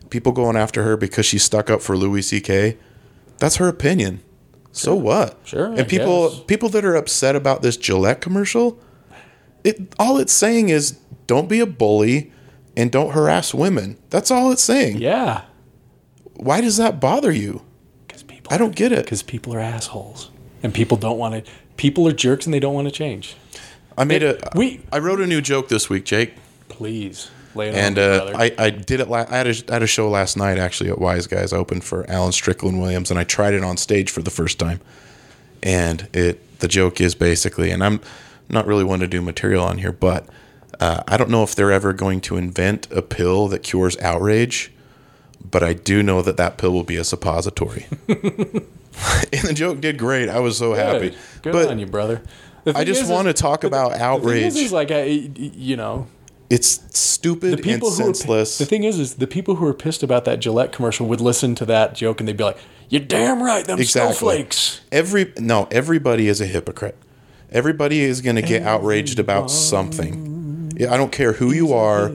people going after her because she stuck up for Louis C.K. That's her opinion. So what? Sure, I And people guess. people that are upset about this Gillette commercial, it all it's saying is don't be a bully and don't harass women. That's all it's saying. Yeah, Why does that bother you? because people. I don't get it. because people are assholes and people don't want to. People are jerks and they don't want to change. I made a we- I wrote a new joke this week, Jake. Please lay it And on me, uh, brother. I, I did it. La- I, had a, I had a show last night actually at Wise Guys. I opened for Alan Strickland Williams, and I tried it on stage for the first time. And it the joke is basically, and I'm not really one to do material on here, but uh, I don't know if they're ever going to invent a pill that cures outrage, but I do know that that pill will be a suppository. and the joke did great. I was so happy. Good, Good but on you, brother. The I thing just is- want to is- talk about the thing outrage. Is, is like I, you know, it's stupid and people who are pi- senseless. the thing is, is the people who are pissed about that Gillette commercial would listen to that joke and they'd be like, "You're damn right, them Exactly. snowflakes." Every no, everybody is a hypocrite. Everybody is going to get outraged about something. Yeah, I don't care who you are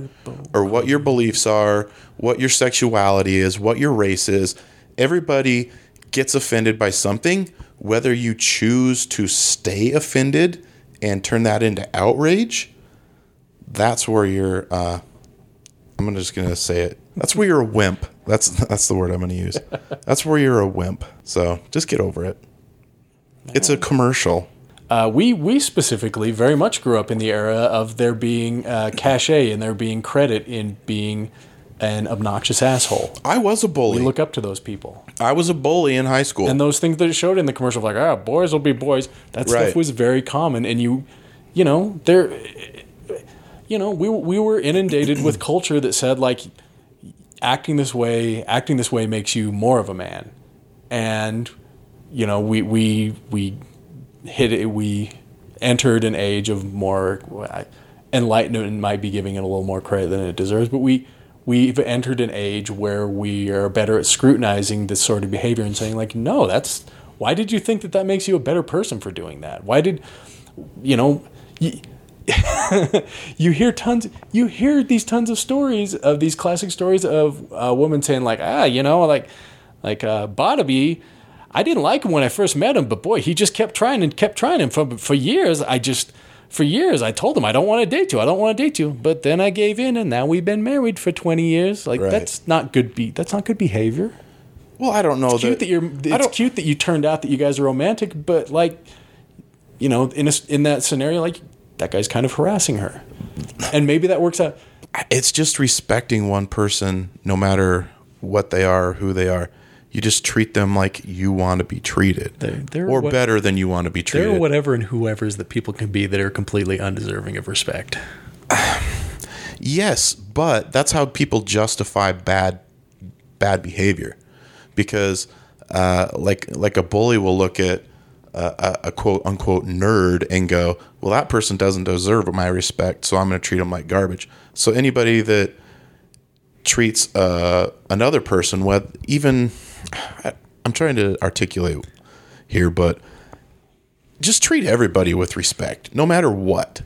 or what your beliefs are, what your sexuality is, what your race is. Everybody gets offended by something, whether you choose to stay offended and turn that into outrage. That's where you're. Uh, I'm just gonna say it. That's where you're a wimp. That's that's the word I'm gonna use. That's where you're a wimp. So just get over it. It's a commercial. Uh, we we specifically very much grew up in the era of there being uh, cachet and there being credit in being an obnoxious asshole. I was a bully. We look up to those people I was a bully in high school. and those things that showed in the commercial, like ah, boys will be boys. That Right. stuff was very common, and you, you know, there, you know, we we were inundated with culture that said like, acting this way, acting this way makes you more of a man, and, you know, we we we hit it, we entered an age of more I- enlightenment might be giving it a little more credit than it deserves but we we've entered an age where we are better at scrutinizing this sort of behavior and saying like no that's why did you think that that makes you a better person for doing that why did you know y- you hear tons you hear these tons of stories of these classic stories of a woman saying like ah you know like like uh Barnaby I didn't like him when I first met him but boy he just kept trying and kept trying and for for years I just for years I told him I don't want to date you I don't want to date you but then I gave in and now we've been married for 20 years like Right. that's not good be that's not good behavior well, I don't know cute that you're I it's don't, cute that you turned out that you guys are romantic but like you know in a, s- in that scenario like that guy's kind of harassing her and maybe that works out it's just respecting one person no matter what they are, who they are. You just treat them like you want to be treated. They're- they're or what- better than you want to be there treated. are whatever and whoever's that people can be that are completely undeserving of respect Yes, but that's how people justify bad bad behavior, because uh, like like a bully will look at uh, a, a quote unquote nerd and go, well that person doesn't deserve my respect, so I'm going to treat them like garbage. So anybody that treats uh, another person with even I, I'm trying to articulate here, but just treat everybody with respect, no matter what.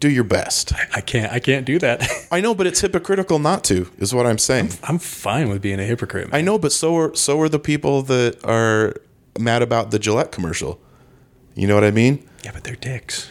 Do your best. i can't i can't do that I know, but it's hypocritical not to, is what I'm saying. i'm fine with being a hypocrite man. I know, but so are so are the people that are mad about the Gillette commercial. You know what I mean? yeah but they're dicks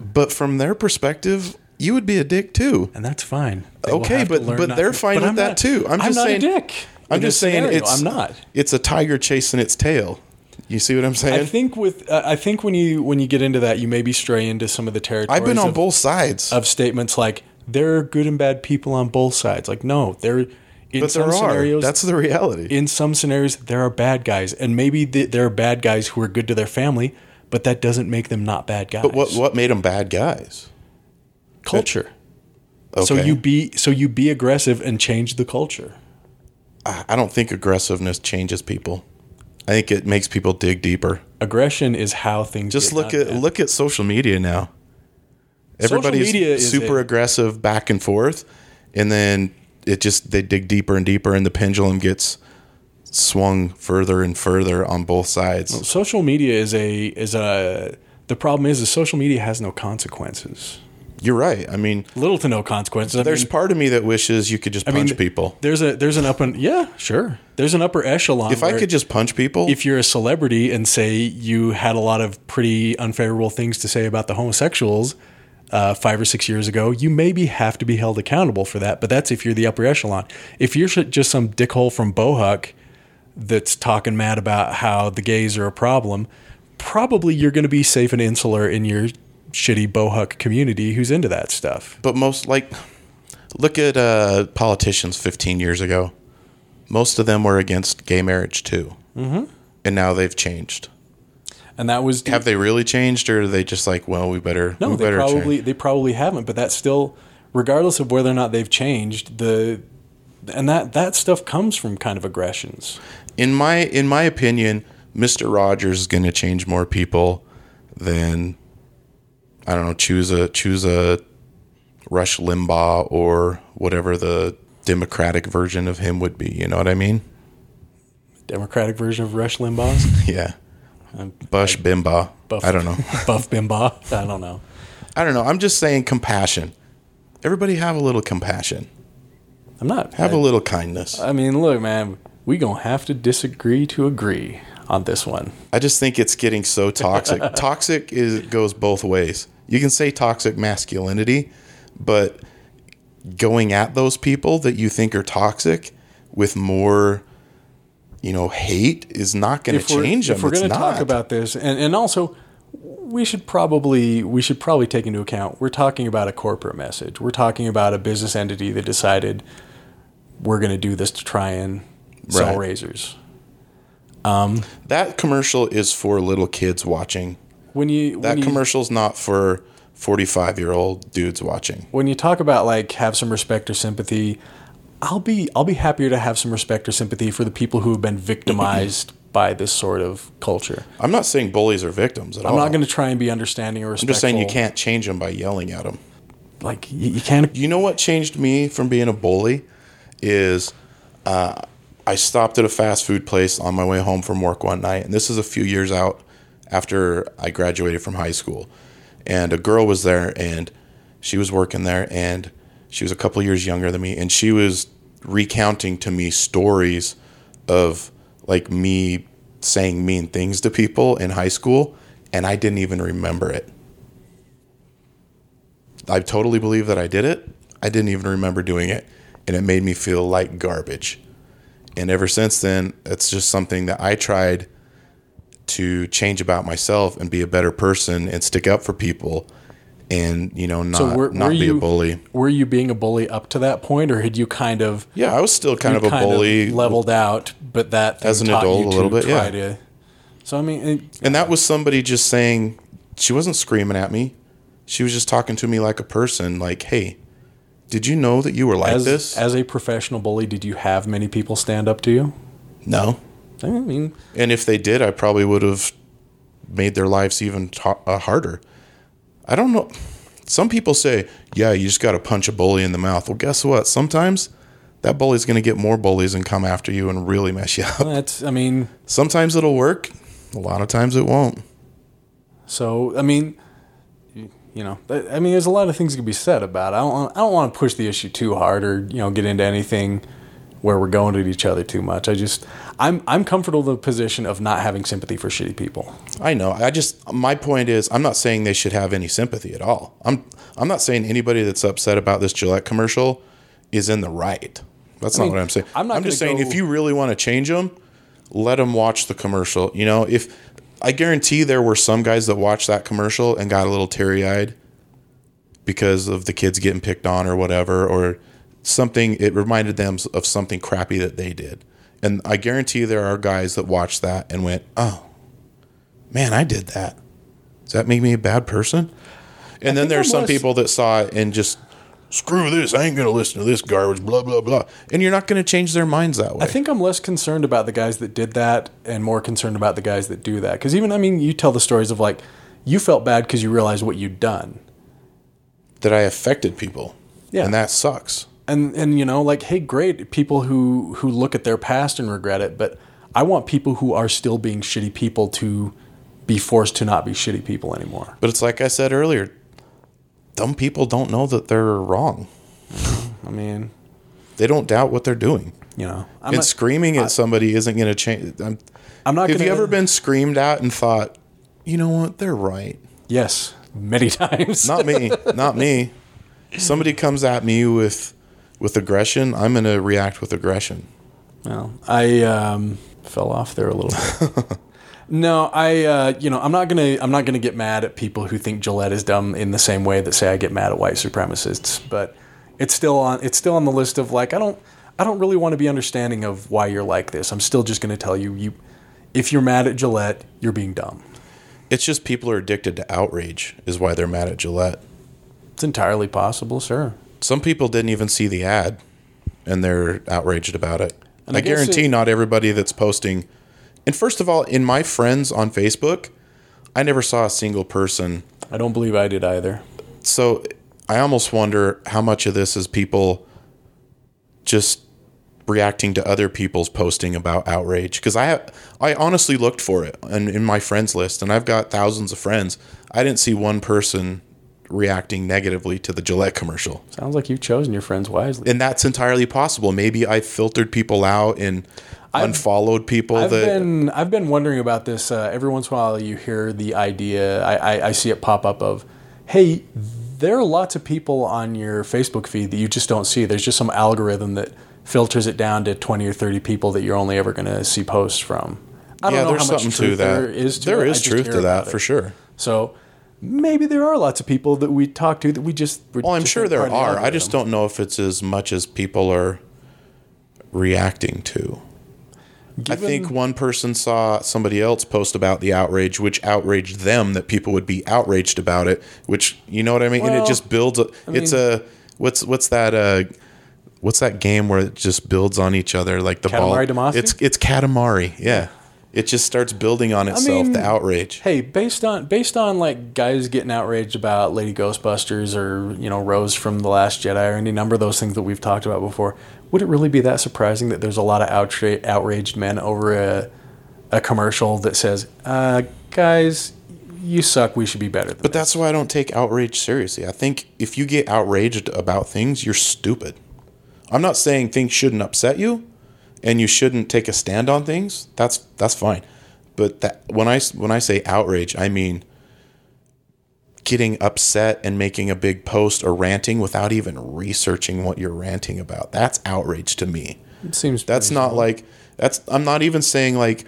But from their perspective, you would be a dick too. and that's fine They will Okay, have to but- learn but not they're to- fine with that not- too. I'm just not saying- a dick I'm in this just saying scenario. it's i'm not It's a tiger chasing its tail. You see what I'm I saying? think with uh, I think when you when you get into that, you maybe stray into some of the territories. I've been on of, both sides. of statements like there are good and bad people on both sides. Like no, there in but there some are. scenarios That's the reality. in some scenarios there are bad guys, and maybe th there are bad guys who are good to their family, but that doesn't make them not bad guys. But what what made them bad guys? culture? Okay. So you be so you be aggressive and change the culture. I I don't think aggressiveness changes people. I think it makes people dig deeper. Aggression is how things Just get look done. at look at social media now. Everybody's media is super a- aggressive back and forth, and then it just they dig deeper and deeper, and the pendulum gets swung further and further on both sides. social media is a is a the problem is is social media has no consequences. You're right. I mean, Little to no consequences. I there's mean, part of me that wishes you could just punch mean, people. There's a there's an up and yeah, sure. There's an upper echelon. If I where could just punch people, if you're a celebrity and say you had a lot of pretty unfavorable things to say about the homosexuals uh, five or six years ago, you maybe have to be held accountable for that. But that's if you're the upper echelon. If you're sh- just some dickhole from Bohuck that's talking mad about how the gays are a problem, probably you're going to be safe and insular in your shitty Bohuck community who's into that stuff. but most like look at uh, politicians 15 years ago. Most of them were against gay marriage too, mm-hmm. and now they've changed. And that was Have they really changed, or are they just like, well, we better? No, we they better probably change. they probably haven't. But that's still, regardless of whether or not they've changed the, and that that stuff comes from kind of aggressions. in my in my opinion, Mister Rogers is going to change more people than I don't know. Choose a choose a Rush Limbaugh or whatever the Democratic version of him would be. You know what I mean? Democratic version of Rush Limbaugh's Yeah, Bush Bimba. Buff, I don't know. Buff Bimba. I don't know. I don't know. I'm just saying compassion. Everybody have a little compassion. I'm not. Have I, a little kindness. I mean, look, man, we gonna have to disagree to agree on this one. I just think it's getting so toxic. toxic is goes both ways. You can say toxic masculinity, but going at those people that you think are toxic with more, you know, hate is not going to we're- change them. If we're it's going to not. talk about this, and, and also, we should probably we should probably take into account we're talking about a corporate message. We're talking about a business entity that decided we're going to do this to try and sell Right. razors. that commercial is for little kids watching. When you That when you, commercial's not for 45 year old dudes watching. when you talk about like have some respect or sympathy, I'll be I'll be happier to have some respect or sympathy for the people who have been victimized by this sort of culture. I'm not saying bullies are victims at all. I'm not going to try and be understanding or Oh. I'm respectful. just saying you can't change them by yelling at them. Like you, you can't. You know what changed me from being a bully is uh, I stopped at a fast food place on my way home from work one night, and this is a few years out after I graduated from high school. And a girl was there, and she was working there, and she was a couple years younger than me, and she was recounting to me stories of like me saying mean things to people in high school, and I didn't even remember it. I totally believe that I did it. I didn't even remember doing it. And it made me feel like garbage. And ever since then, it's just something that I tried to change about myself and be a better person and stick up for people and, you know, not, were- not were be you- a bully. Were you being a bully up to that point, or had you kind of Yeah, I was still kind of a kind bully. leveled out? But that thing As an taught adult, you a little to bit, yeah. try to- so I mean, it, and that was somebody just saying, she wasn't screaming at me. She was just talking to me like a person, like, hey, did you know that you were like as this? as a professional bully, did you have many people stand up to you? no. I mean, And if they did, I probably would have made their lives even ta- uh, harder. I don't know. Some people say, yeah, you just got to punch a bully in the mouth. Well, guess what? Sometimes that bully's going to get more bullies and come after you and really mess you up. that's I mean. Sometimes it'll work, a lot of times it won't. So I mean, you- you know, I I mean, there's a lot of things that can be said about. It. I don't, wanna- I don't want to push the issue too hard or you know get into anything where we're going at each other too much. I just, I'm, I'm comfortable in the position of not having sympathy for shitty people. I know. I just my point is I'm not saying they should have any sympathy at all. I'm I'm not saying anybody that's upset about this Gillette commercial is in the right. That's not mean, what I'm saying. I'm not I'm just gonna saying if go- you really want to change them, let them watch the commercial. You know, if I guarantee there were some guys that watched that commercial and got a little teary-eyed because of the kids getting picked on or whatever or something it reminded them of something crappy that they did. And I guarantee there are guys that watched that and went, "Oh, man, I did that. Does that make me a bad person? And then think there are I'm some less- people that saw it and just screw this. I ain't going to listen to this garbage. Blah blah blah. And you're not going to change their minds that way. I think I'm less concerned about the guys that did that and more concerned about the guys that do that. Because even, I mean, you tell the stories of like, you felt bad because you realized what you'd done. that I affected people. Yeah. and that sucks. and and you know like hey great people who who look at their past and regret it but i want people who are still being shitty people to be forced to not be shitty people anymore But it's like I said earlier, dumb people don't know that they're wrong. i mean They don't doubt what they're doing. you know i'm and not, screaming at somebody isn't going to change. I'm, I'm not have gonna, you ever been screamed at and thought, you know what, they're right? yes many times not me not me somebody comes at me with with aggression i'm going to react with aggression Well, I um, fell off there a little bit. no, I uh, you know I'm not gonna I'm not gonna get mad at people who think Gillette is dumb in the same way that say I get mad at white supremacists. But it's still on it's still on the list of like I don't I don't really want to be understanding of why you're like this. I'm still just gonna tell you you if you're mad at Gillette, you're being dumb. it's just people are addicted to outrage is why they're mad at gillette It's entirely possible, sure. some people didn't even see the ad and they're outraged about it i, I guess guarantee it- not everybody that's posting and first of all in my friends on facebook i never saw a single person I don't believe I did either. so I almost wonder how much of this is people just reacting to other people's posting about outrage because I I honestly looked for it in, in my friends list and I've got thousands of friends. I didn't see one person reacting negatively to the Gillette commercial, Sounds like you've chosen your friends wisely. and that's entirely possible. Maybe I filtered people out and unfollowed people I've that been I've been wondering about this. Uh, every once in a while, you hear the idea. I, I, I see it pop up of, hey, there are lots of people on your Facebook feed that you just don't see. There's just some algorithm that filters it down to 20 or 30 people that you're only ever going to see posts from. I don't yeah, know there's how much something truth to that. There is to there it. I is just hear truth to that about it. for sure. So maybe there are lots of people that we talk to that we just. Well, Oh, I'm sure there are. I just don't know if it's as much as people are reacting to. I think one person saw somebody else post about the outrage, which outraged them that people would be outraged about it. Which you know what I mean? and Well, it just builds. A, it's mean- a what's what's that? Uh, what's that game where it just builds on each other like the Katamari ball? Damacy? It's it's Katamari. Yeah, it just starts building on itself. mean- the outrage. Hey, based on based on like guys getting outraged about Lady Ghostbusters or you know Rose from the Last Jedi or any number of those things that we've talked about before, would it really be that surprising that there's a lot of outra- outraged men over a a commercial that says, uh, "Guys, you suck. We should be better." Than But that's why I don't take outrage seriously. I think if you get outraged about things, you're stupid. I'm not saying things shouldn't upset you and you shouldn't take a stand on things. That's that's fine. But that when I s- when I say outrage, I mean getting upset and making a big post or ranting without even researching what you're ranting about. That's outrage to me. It seems That's pretty- not like that's. I'm not even saying like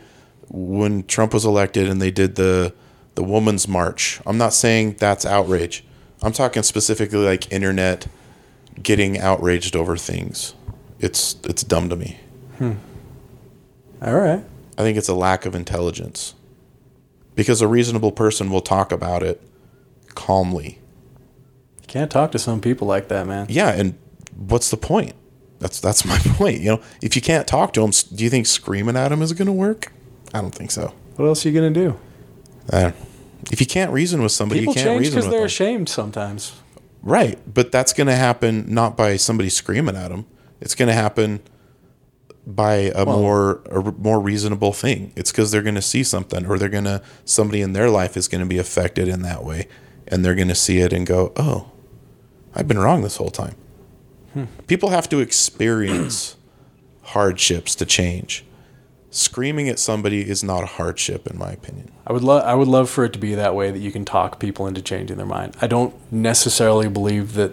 when Trump was elected and they did the the woman's march. I'm not saying that's outrage. I'm talking specifically like internet getting outraged over things. It's it's dumb to me. all right. I think it's a lack of intelligence. Because a reasonable person will talk about it calmly. You can't talk to some people like that, man. Yeah, and what's the point? That's that's my point. You know, if you can't talk to them, do you think screaming at them is going to work? I don't think so. What else are you gonna do? I don't- if you can't reason with somebody, People you can't change reason because with they're them. ashamed sometimes. right, but that's going to happen not by somebody screaming at them. It's going to happen by a more a r- more reasonable thing. It's because they're going to see something, or they're going to somebody in their life is going to be affected in that way, and they're going to see it and go, "Oh, I've been wrong this whole time." Hmm. People have to experience hardships to change. Screaming at somebody is not a hardship, in my opinion. I would love I would love for it to be that way that you can talk people into changing their mind. I don't necessarily believe that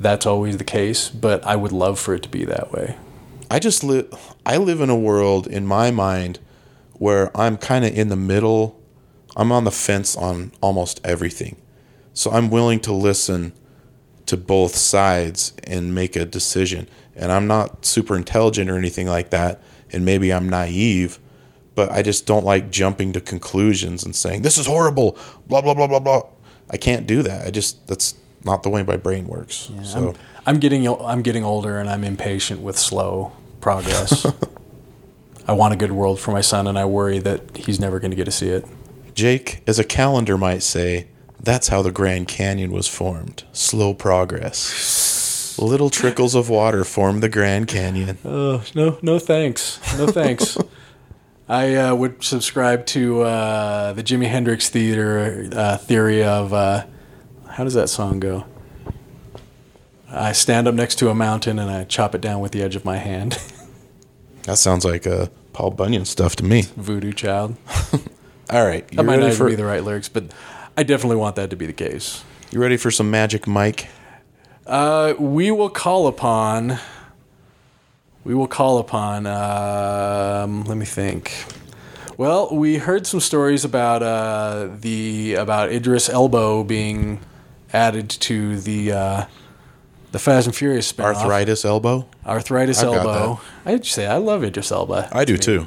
that's always the case, but I would love for it to be that way. I just live. I live in a world in my mind where I'm kind of in the middle. I'm on the fence on almost everything, so I'm willing to listen to both sides and make a decision. And I'm not super intelligent or anything like that, and maybe I'm naive, but I just don't like jumping to conclusions and saying this is horrible, blah blah blah blah blah. I can't do that. I just that's not the way my brain works. so I'm, I'm getting o- I'm getting older and I'm impatient with slow progress. I want a good world for my son and I worry that he's never going to get to see it. Jake, as a calendar might say, that's how the Grand Canyon was formed. Slow progress. Little trickles of water form the Grand Canyon. Oh, no no thanks. No thanks. I uh, would subscribe to uh, the Jimi Hendrix theater uh, theory of uh, how does that song go? I stand up next to a mountain and I chop it down with the edge of my hand. That sounds like uh, Paul Bunyan stuff to me. Voodoo child. All right, you That might not ready even for be the right lyrics, but I definitely want that to be the case. you ready for some magic, Mike? Uh, we will call upon. We will call upon. Um, let me think. Well, we heard some stories about uh, the about Idris Elbow being added to the uh, the Fast and Furious spinoff. Arthritis elbow. Arthritis I've got Elbow. I would say I love Idris Elba. I do too.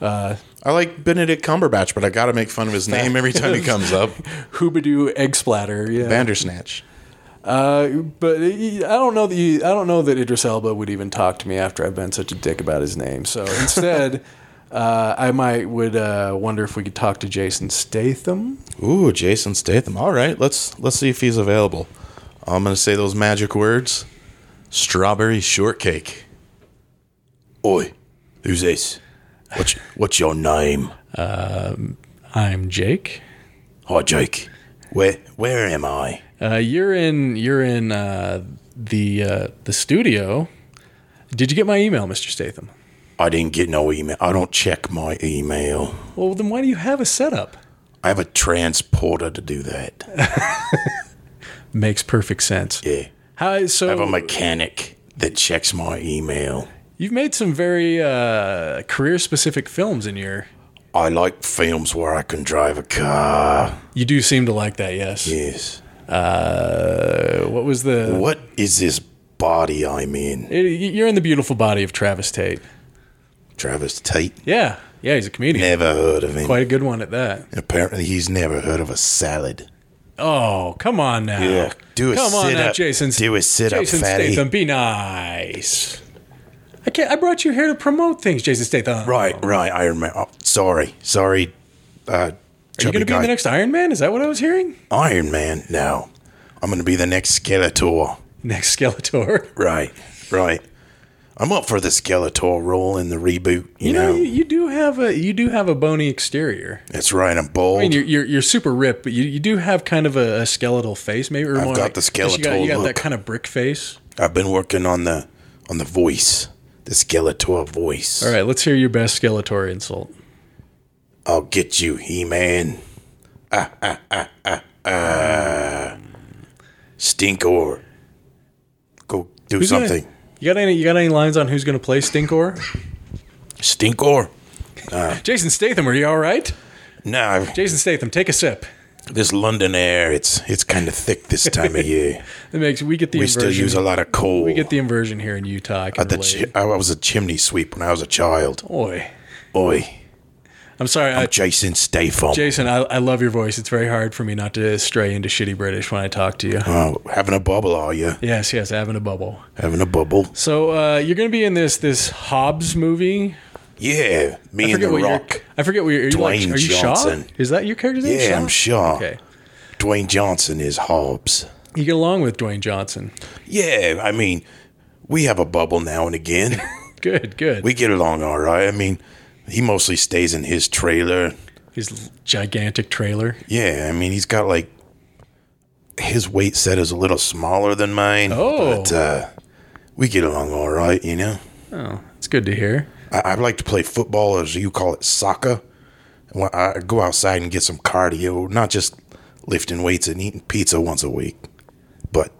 Uh, I like Benedict Cumberbatch, but I got to make fun of his name every time he comes up. Hoobadoo egg splatter. Yeah. Bandersnatch. Uh, but he- I don't know that you, I don't know that Idris Elba would even talk to me after I've been such a dick about his name. So instead, uh, I might would uh, wonder if we could talk to Jason Statham. Ooh, Jason Statham. All right, let's let's see if he's available. I'm gonna say those magic words: strawberry shortcake. Oi, who's this? What's, what's your name? I'm Jake. Hi, Jake. Where where am I? Uh, you're in you're in uh, the uh, the studio. Did you get my email, Mr. Statham? I didn't get no email. I don't check my email. Well, then why do you have a setup? I have a transporter to do that. Makes perfect sense. Yeah. How I have a so? mechanic that checks my email. you've made some very uh, career specific films in your. I like films where I can drive a car. You do seem to like that, yes. Yes. Uh, what was the? What is this body I'm in? It- you're in the beautiful body of Travis Tate. Travis Tate. Yeah, yeah, he's a comedian. Never heard of him. Quite a good one at that. Apparently, he's never heard of a salad. Oh, come on now. Yeah. Do a Come on sit now, up. Jason. Do a sit up, Jason fatty. Statham, be nice. I can't. I brought you here to promote things, Jason Statham. Are Right, right. I remember. Oh, sorry, sorry. Uh, you going to be guy. the next Iron Man? Is that what I was hearing? Iron Man? No, I'm going to be the next Skeletor. Next Skeletor. Right, right. I'm up for the Skeletor role in the reboot. You, You know, know, you, you do have a you do have a bony exterior. that's right. I'm bold. I mean, you're you're, you're super ripped, but you, you do have kind of a, a skeletal face. Maybe or I've more got like- the yes, You got, you Skeletor got look. that kind of brick face. I've been working on the on the voice, the Skeletor voice. All right, let's hear your best Skeletor insult. I'll get you, He-Man. Ah, ah, ah, ah, ah. Stink or go do Who's gonna- something. you got any? You got any lines on who's going to play Stinkor? Stink or. Jason Statham, are you all right? Nah, Jason Statham, take a sip. this London air, it's it's kind of thick this time of year. It makes we get the We inversion. still use a lot of coal. we get the inversion here in Utah. I Uh, can the relate. chi- I was a chimney sweep when I was a child. Oi, Oi, I'm sorry, I, Jason Statham. Jason. I, I love your voice. It's very hard for me not to stray into shitty British when I talk to you. Oh, having a bubble, are you? Yes, yes, having a bubble. Having a bubble? So uh, you're going to be in this this Hobbs movie. Yeah, me and The what your- Rock. I forget what you're. Are you, like, Dwayne are you Shaw? Johnson. Is that your character's name? Yeah, Shaw? I'm Shaw. Okay, Dwayne Johnson is Hobbs. you get along with Dwayne Johnson. Yeah, I mean, we have a bubble now and again. Good, good. we get along all right. I mean, he mostly stays in his trailer. His gigantic trailer. Yeah, I mean, he's got like his weight set is a little smaller than mine. Oh. but uh, we get along all right, you know. Oh, it's good to hear. I, I like to play football, or as you call it, soccer. When I go outside and get some cardio, not just lifting weights and eating pizza once a week, but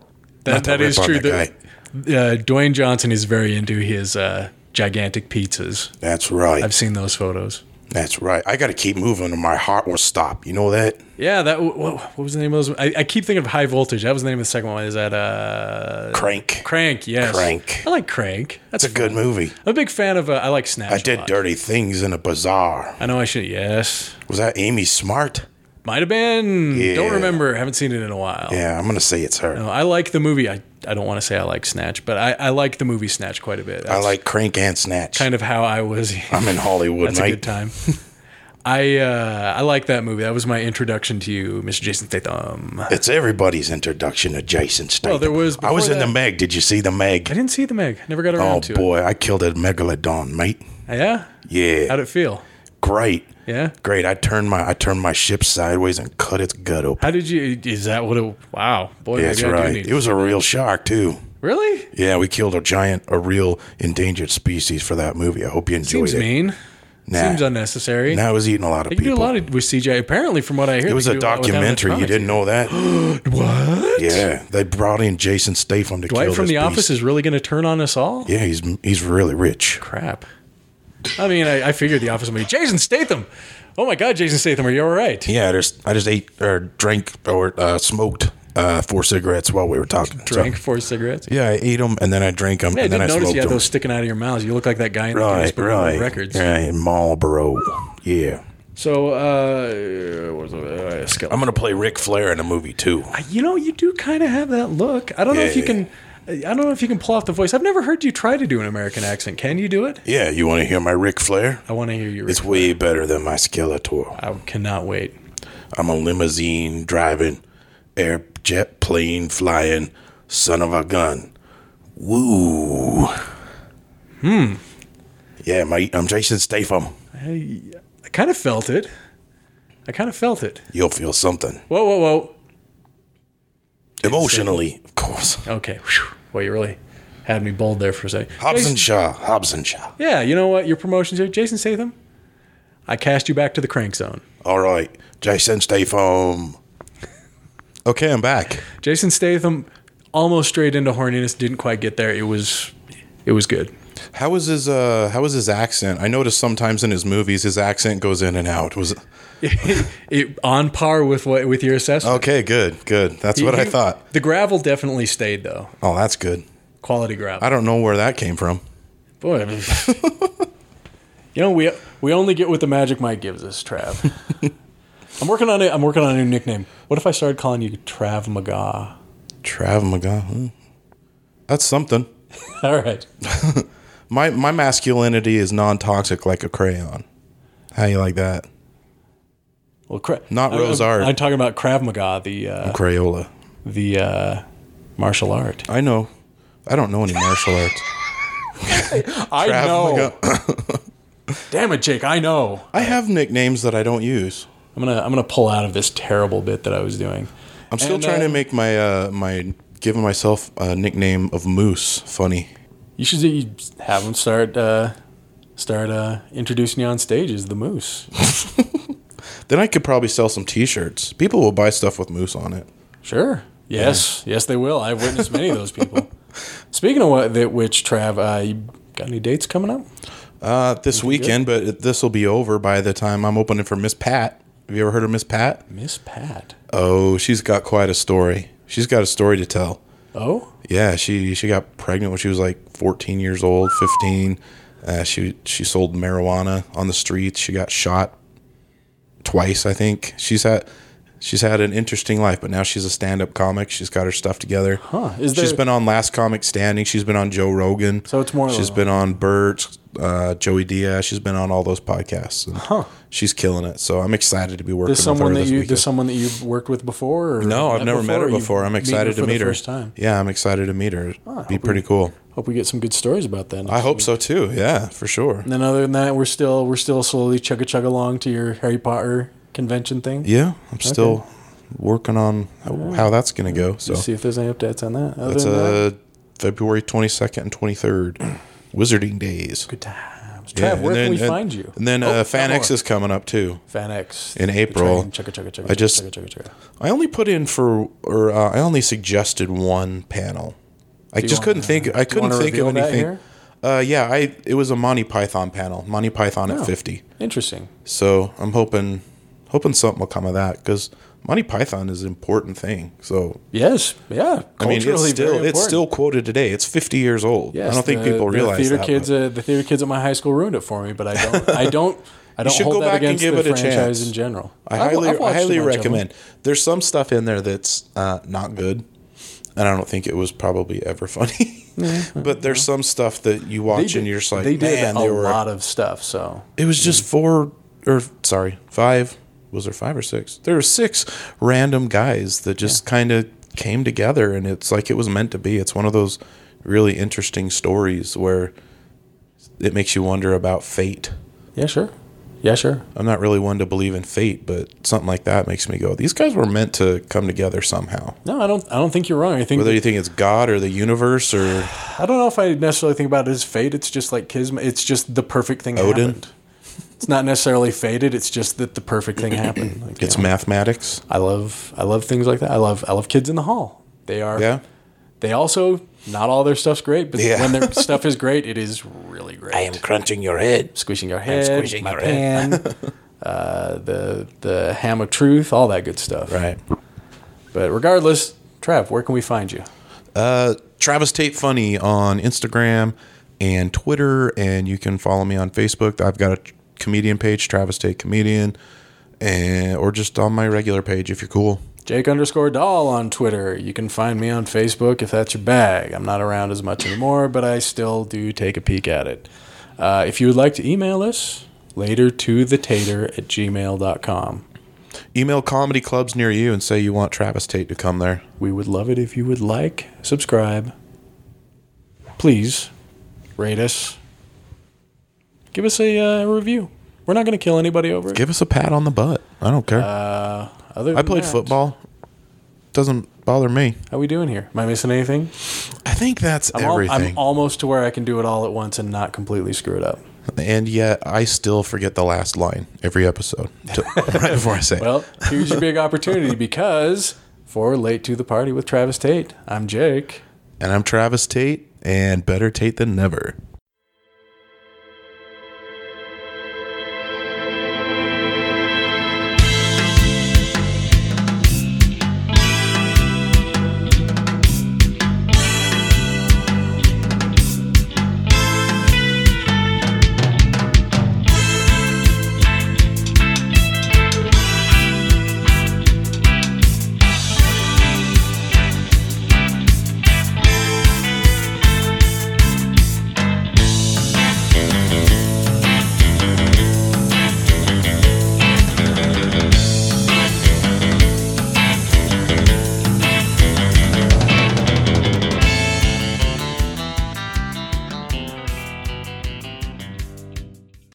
That, not to that rip is on true. that That guy. uh, Dwayne Johnson is very into his uh, gigantic pizzas. That's right. I've seen those photos. That's right. I got to keep moving, or my heart will stop. You know that? Yeah, that wh- wh- what was the name of those? I, I keep thinking of High Voltage. That was the name of the second one. Is that uh, Crank. Crank? Yes, Crank. I like Crank. That's It's a good movie. I'm a big fan of. Uh, I like Snatch. I a did lot. dirty things in a bazaar. I know I should. Yes, Was that Amy Smart? might have been. Don't Yeah. remember. Haven't seen it in a while. Yeah, I'm gonna say it's her. No, I like the movie. I, I don't want to say I like Snatch, but I, I like the movie Snatch quite a bit. I That's like Crank and Snatch. kind of how I was. I'm in Hollywood, That's a good time. mate. I uh, I like that movie. That was my introduction to you, Mr. Jason Statham. I It's everybody's introduction to Jason Statham. there was I was before in the that- Meg. Did you see the Meg? didn't see the Meg. Never got around Oh to boy, I killed a megalodon, mate. it. Yeah. Yeah, How'd it feel? great, Yeah. great. I turned my I turned my ship sideways and cut its gut open. How did you? Is that what it? Wow, boy, That's maybe I do right. need- It was a real shark too. really Yeah, we killed a giant, a real endangered species for that movie. I hope you enjoyed seems it. mean. Nah. Seems unnecessary. Nah, I was eating a lot of they can people. do a lot of, with CJ. Apparently, from what I hear, it was they a do lot with documentary. You animatronics. didn't know that? What? yeah, they brought in Jason Statham to Dwight kill from this The Office beast. is really going to turn on us all. Yeah, he's he's really rich. Crap. I mean, I, I figured The Office would be Jason Statham. Oh my God, Jason Statham, are you all right? Yeah, I just I just ate or drank or uh, smoked uh, four cigarettes while we were talking. So- drank four cigarettes. Yeah, yeah, I ate them and then I drank them I and then didn't I notice smoked you had them. those sticking out of your mouths. You look like that guy in the Guinness right, Book of World right, Records. right. Marlboro. Yeah, So, uh, what was it? Uh, skeleton. I'm gonna play Ric Flair in a movie too. you know, you do kind of have that look. I don't know if you Yeah. can. I don't know if you can pull off the voice. I've never heard you try to do an American accent. Can you do it? Yeah, you want to hear my Ric Flair? I want to hear you. It's way better than my Skeletor. I cannot wait. I'm a limousine driving, air jet plane flying, son of a gun. Woo. Yeah, mate, I'm Jason Statham. I, I kind of felt it. I kind of felt it. You'll feel something. Whoa, whoa, whoa. Emotionally, of course. Okay. Whew. Well, you really had me bold there for a second. Hobbs Jason- and Shaw. Hobbs and Shaw. Yeah, you know what? Your promotion's here. Jason Statham, I cast you back to the crank zone. All right, Jason Statham. Okay, I'm back. Jason Statham almost straight into horniness, didn't quite get there. It was it was good. How was his uh how was his accent? I noticed sometimes in his movies his accent goes in and out. Was it- It, on par with what with your assessment. Okay, good, good. Oh, That's what I You- thought. The gravel definitely stayed though. Oh, that's good. Quality gravel. I don't know where that came from. Boy. I mean- you know, we we only get what the magic Mike gives us, Trav. I'm working on it. I'm working on a new nickname. What if I started calling you Trav Maga? Trav Maga. hmm. That's something. All right. My my masculinity is non-toxic like a crayon. How you like that? Well, cra- Not I'm- I'm- Rose Art. I'm talking about Krav Maga, the uh, Crayola. the uh, martial art. I know. I don't know any martial arts. I Krav know. Maga- Damn it, Jake! I know. I have nicknames that I don't use. I'm gonna I'm gonna pull out of this terrible bit that I was doing. I'm still And, trying to um, make my uh my giving myself a nickname of Moose funny. You should you have him start uh, start uh, introducing you on stage as the Moose. Then I could probably sell some T-shirts. People will buy stuff with moose on it. Sure. Yes. Yes, they will. I've witnessed many of those people. Speaking of what, that, which Trav, uh, you got any dates coming up? Uh, this weekend, but this will be over by the time I'm opening for Miss Pat. Have you ever heard of Miss Pat? Miss Pat. Oh, she's got quite a story. She's got a story to tell. Oh, Yeah, she she got pregnant when she was like 14 years old, 15. Uh, she she sold marijuana on the streets. She got shot twice, I think. She's had she's had an interesting life, but now she's a stand-up comic. She's got her stuff together. Huh? Is she's there- been on Last Comic Standing. She's been on Joe Rogan. So it's more She's of a- been on Bert, uh, Joey Diaz. She's been on all those podcasts. and She's killing it. So I'm excited to be working there's with her someone that this you weekend. there's someone that you've worked with before. Or No, I've never met her or you before. I'm excited for to meet the her. First time. Ah, Yeah, I'm excited to meet her. hope Be we- pretty cool. Hope we get some good stories about that. I hope so too. Yeah, for sure. And then other than that, we're still we're still slowly chug a chug along to your Harry Potter convention thing. Yeah, I'm still working on how, how that's going to go. So See if there's any updates on that. Other that's than that, uh, February 22nd and 23rd, Wizarding Days. good times. Trav, Yeah, and where then- can we and- find you? Oh, And then uh, one FanX more. is coming up too. FanX in The April, train, Chugga chugga chugga. I just- chugga chugga chugga. I only put in for, or uh, I only suggested one panel. I just wanna- couldn't think. I couldn't wanna think of reveal that anything. here? Uh, yeah, I it was a Monty Python panel. Monty Python at Oh. 50. Interesting. So I'm hoping hoping something will come of that because Monty Python is an important thing. So Yes. Yeah. I mean, it's Culturally very still it's important. still quoted today. It's 50 years old. Yes, I don't think the- people realize the theater that. kids. but- Uh, the theater kids at my high school ruined it for me, but I don't. I don't. I don't should hold go that back and against give the it a franchise chance. in general. I I've- highly I've I watched a bunch highly of them. recommend. There's some stuff in there that's uh, not good, and I don't think it was probably ever funny. but there's some stuff that you watch did- and you're just like, they did man, a they were. lot of stuff. So It was Mm. just four or sorry, five. Was there five or six? There were six random guys that just kind of came together, and it's like it was meant to be. It's one of those really interesting stories where it makes you wonder about fate. yeah, sure. Yeah, sure. I'm not really one to believe in fate, but something like that makes me go, these guys were meant to come together somehow. No, I don't. I don't think you're wrong. I think Whether you think it's God or the universe or I don't know if I necessarily think about it as fate. It's just like kismet. It's just the perfect thing Odin? happened. It's not necessarily fated. It's just that the perfect thing happened. Like, you it's know, mathematics. I love. I love things like that. I love. I love kids in the hall. They are. Yeah. They also not all their stuff's great, but Yeah. when their stuff is great, it is really great. I am crunching your head. squishing your head, squishing my your pan, uh, the the ham of truth, all that good stuff. Right. But regardless, Trav, where can we find you? Uh, Travis Tate Funny on Instagram and Twitter, and you can follow me on Facebook. I've got a comedian page, Travis Tate Comedian, and or just on my regular page if you're cool. Jake underscore doll on Twitter. You can find me on Facebook if that's your bag. I'm not around as much anymore, but I still do take a peek at it. Uh, if you would like to email us, later to the tater at gmail.com. Email comedy clubs near you and say you want Travis Tate to come there. We would love it if you would like, subscribe. Please rate us. give us a uh, review. We're not going to kill anybody over it. Give us a pat on the butt. I don't care. Uh, Other I than played that, football. Doesn't bother me. How we doing here? Am I missing anything? I think that's I'm, al- everything. I'm almost to where I can do it all at once and not completely screw it up. and yet, I still forget the last line every episode to- right before I say it. Well, here's your big opportunity because for Late to the Party with Travis Tate, I'm Jake. And I'm Travis Tate, and better Tate than never.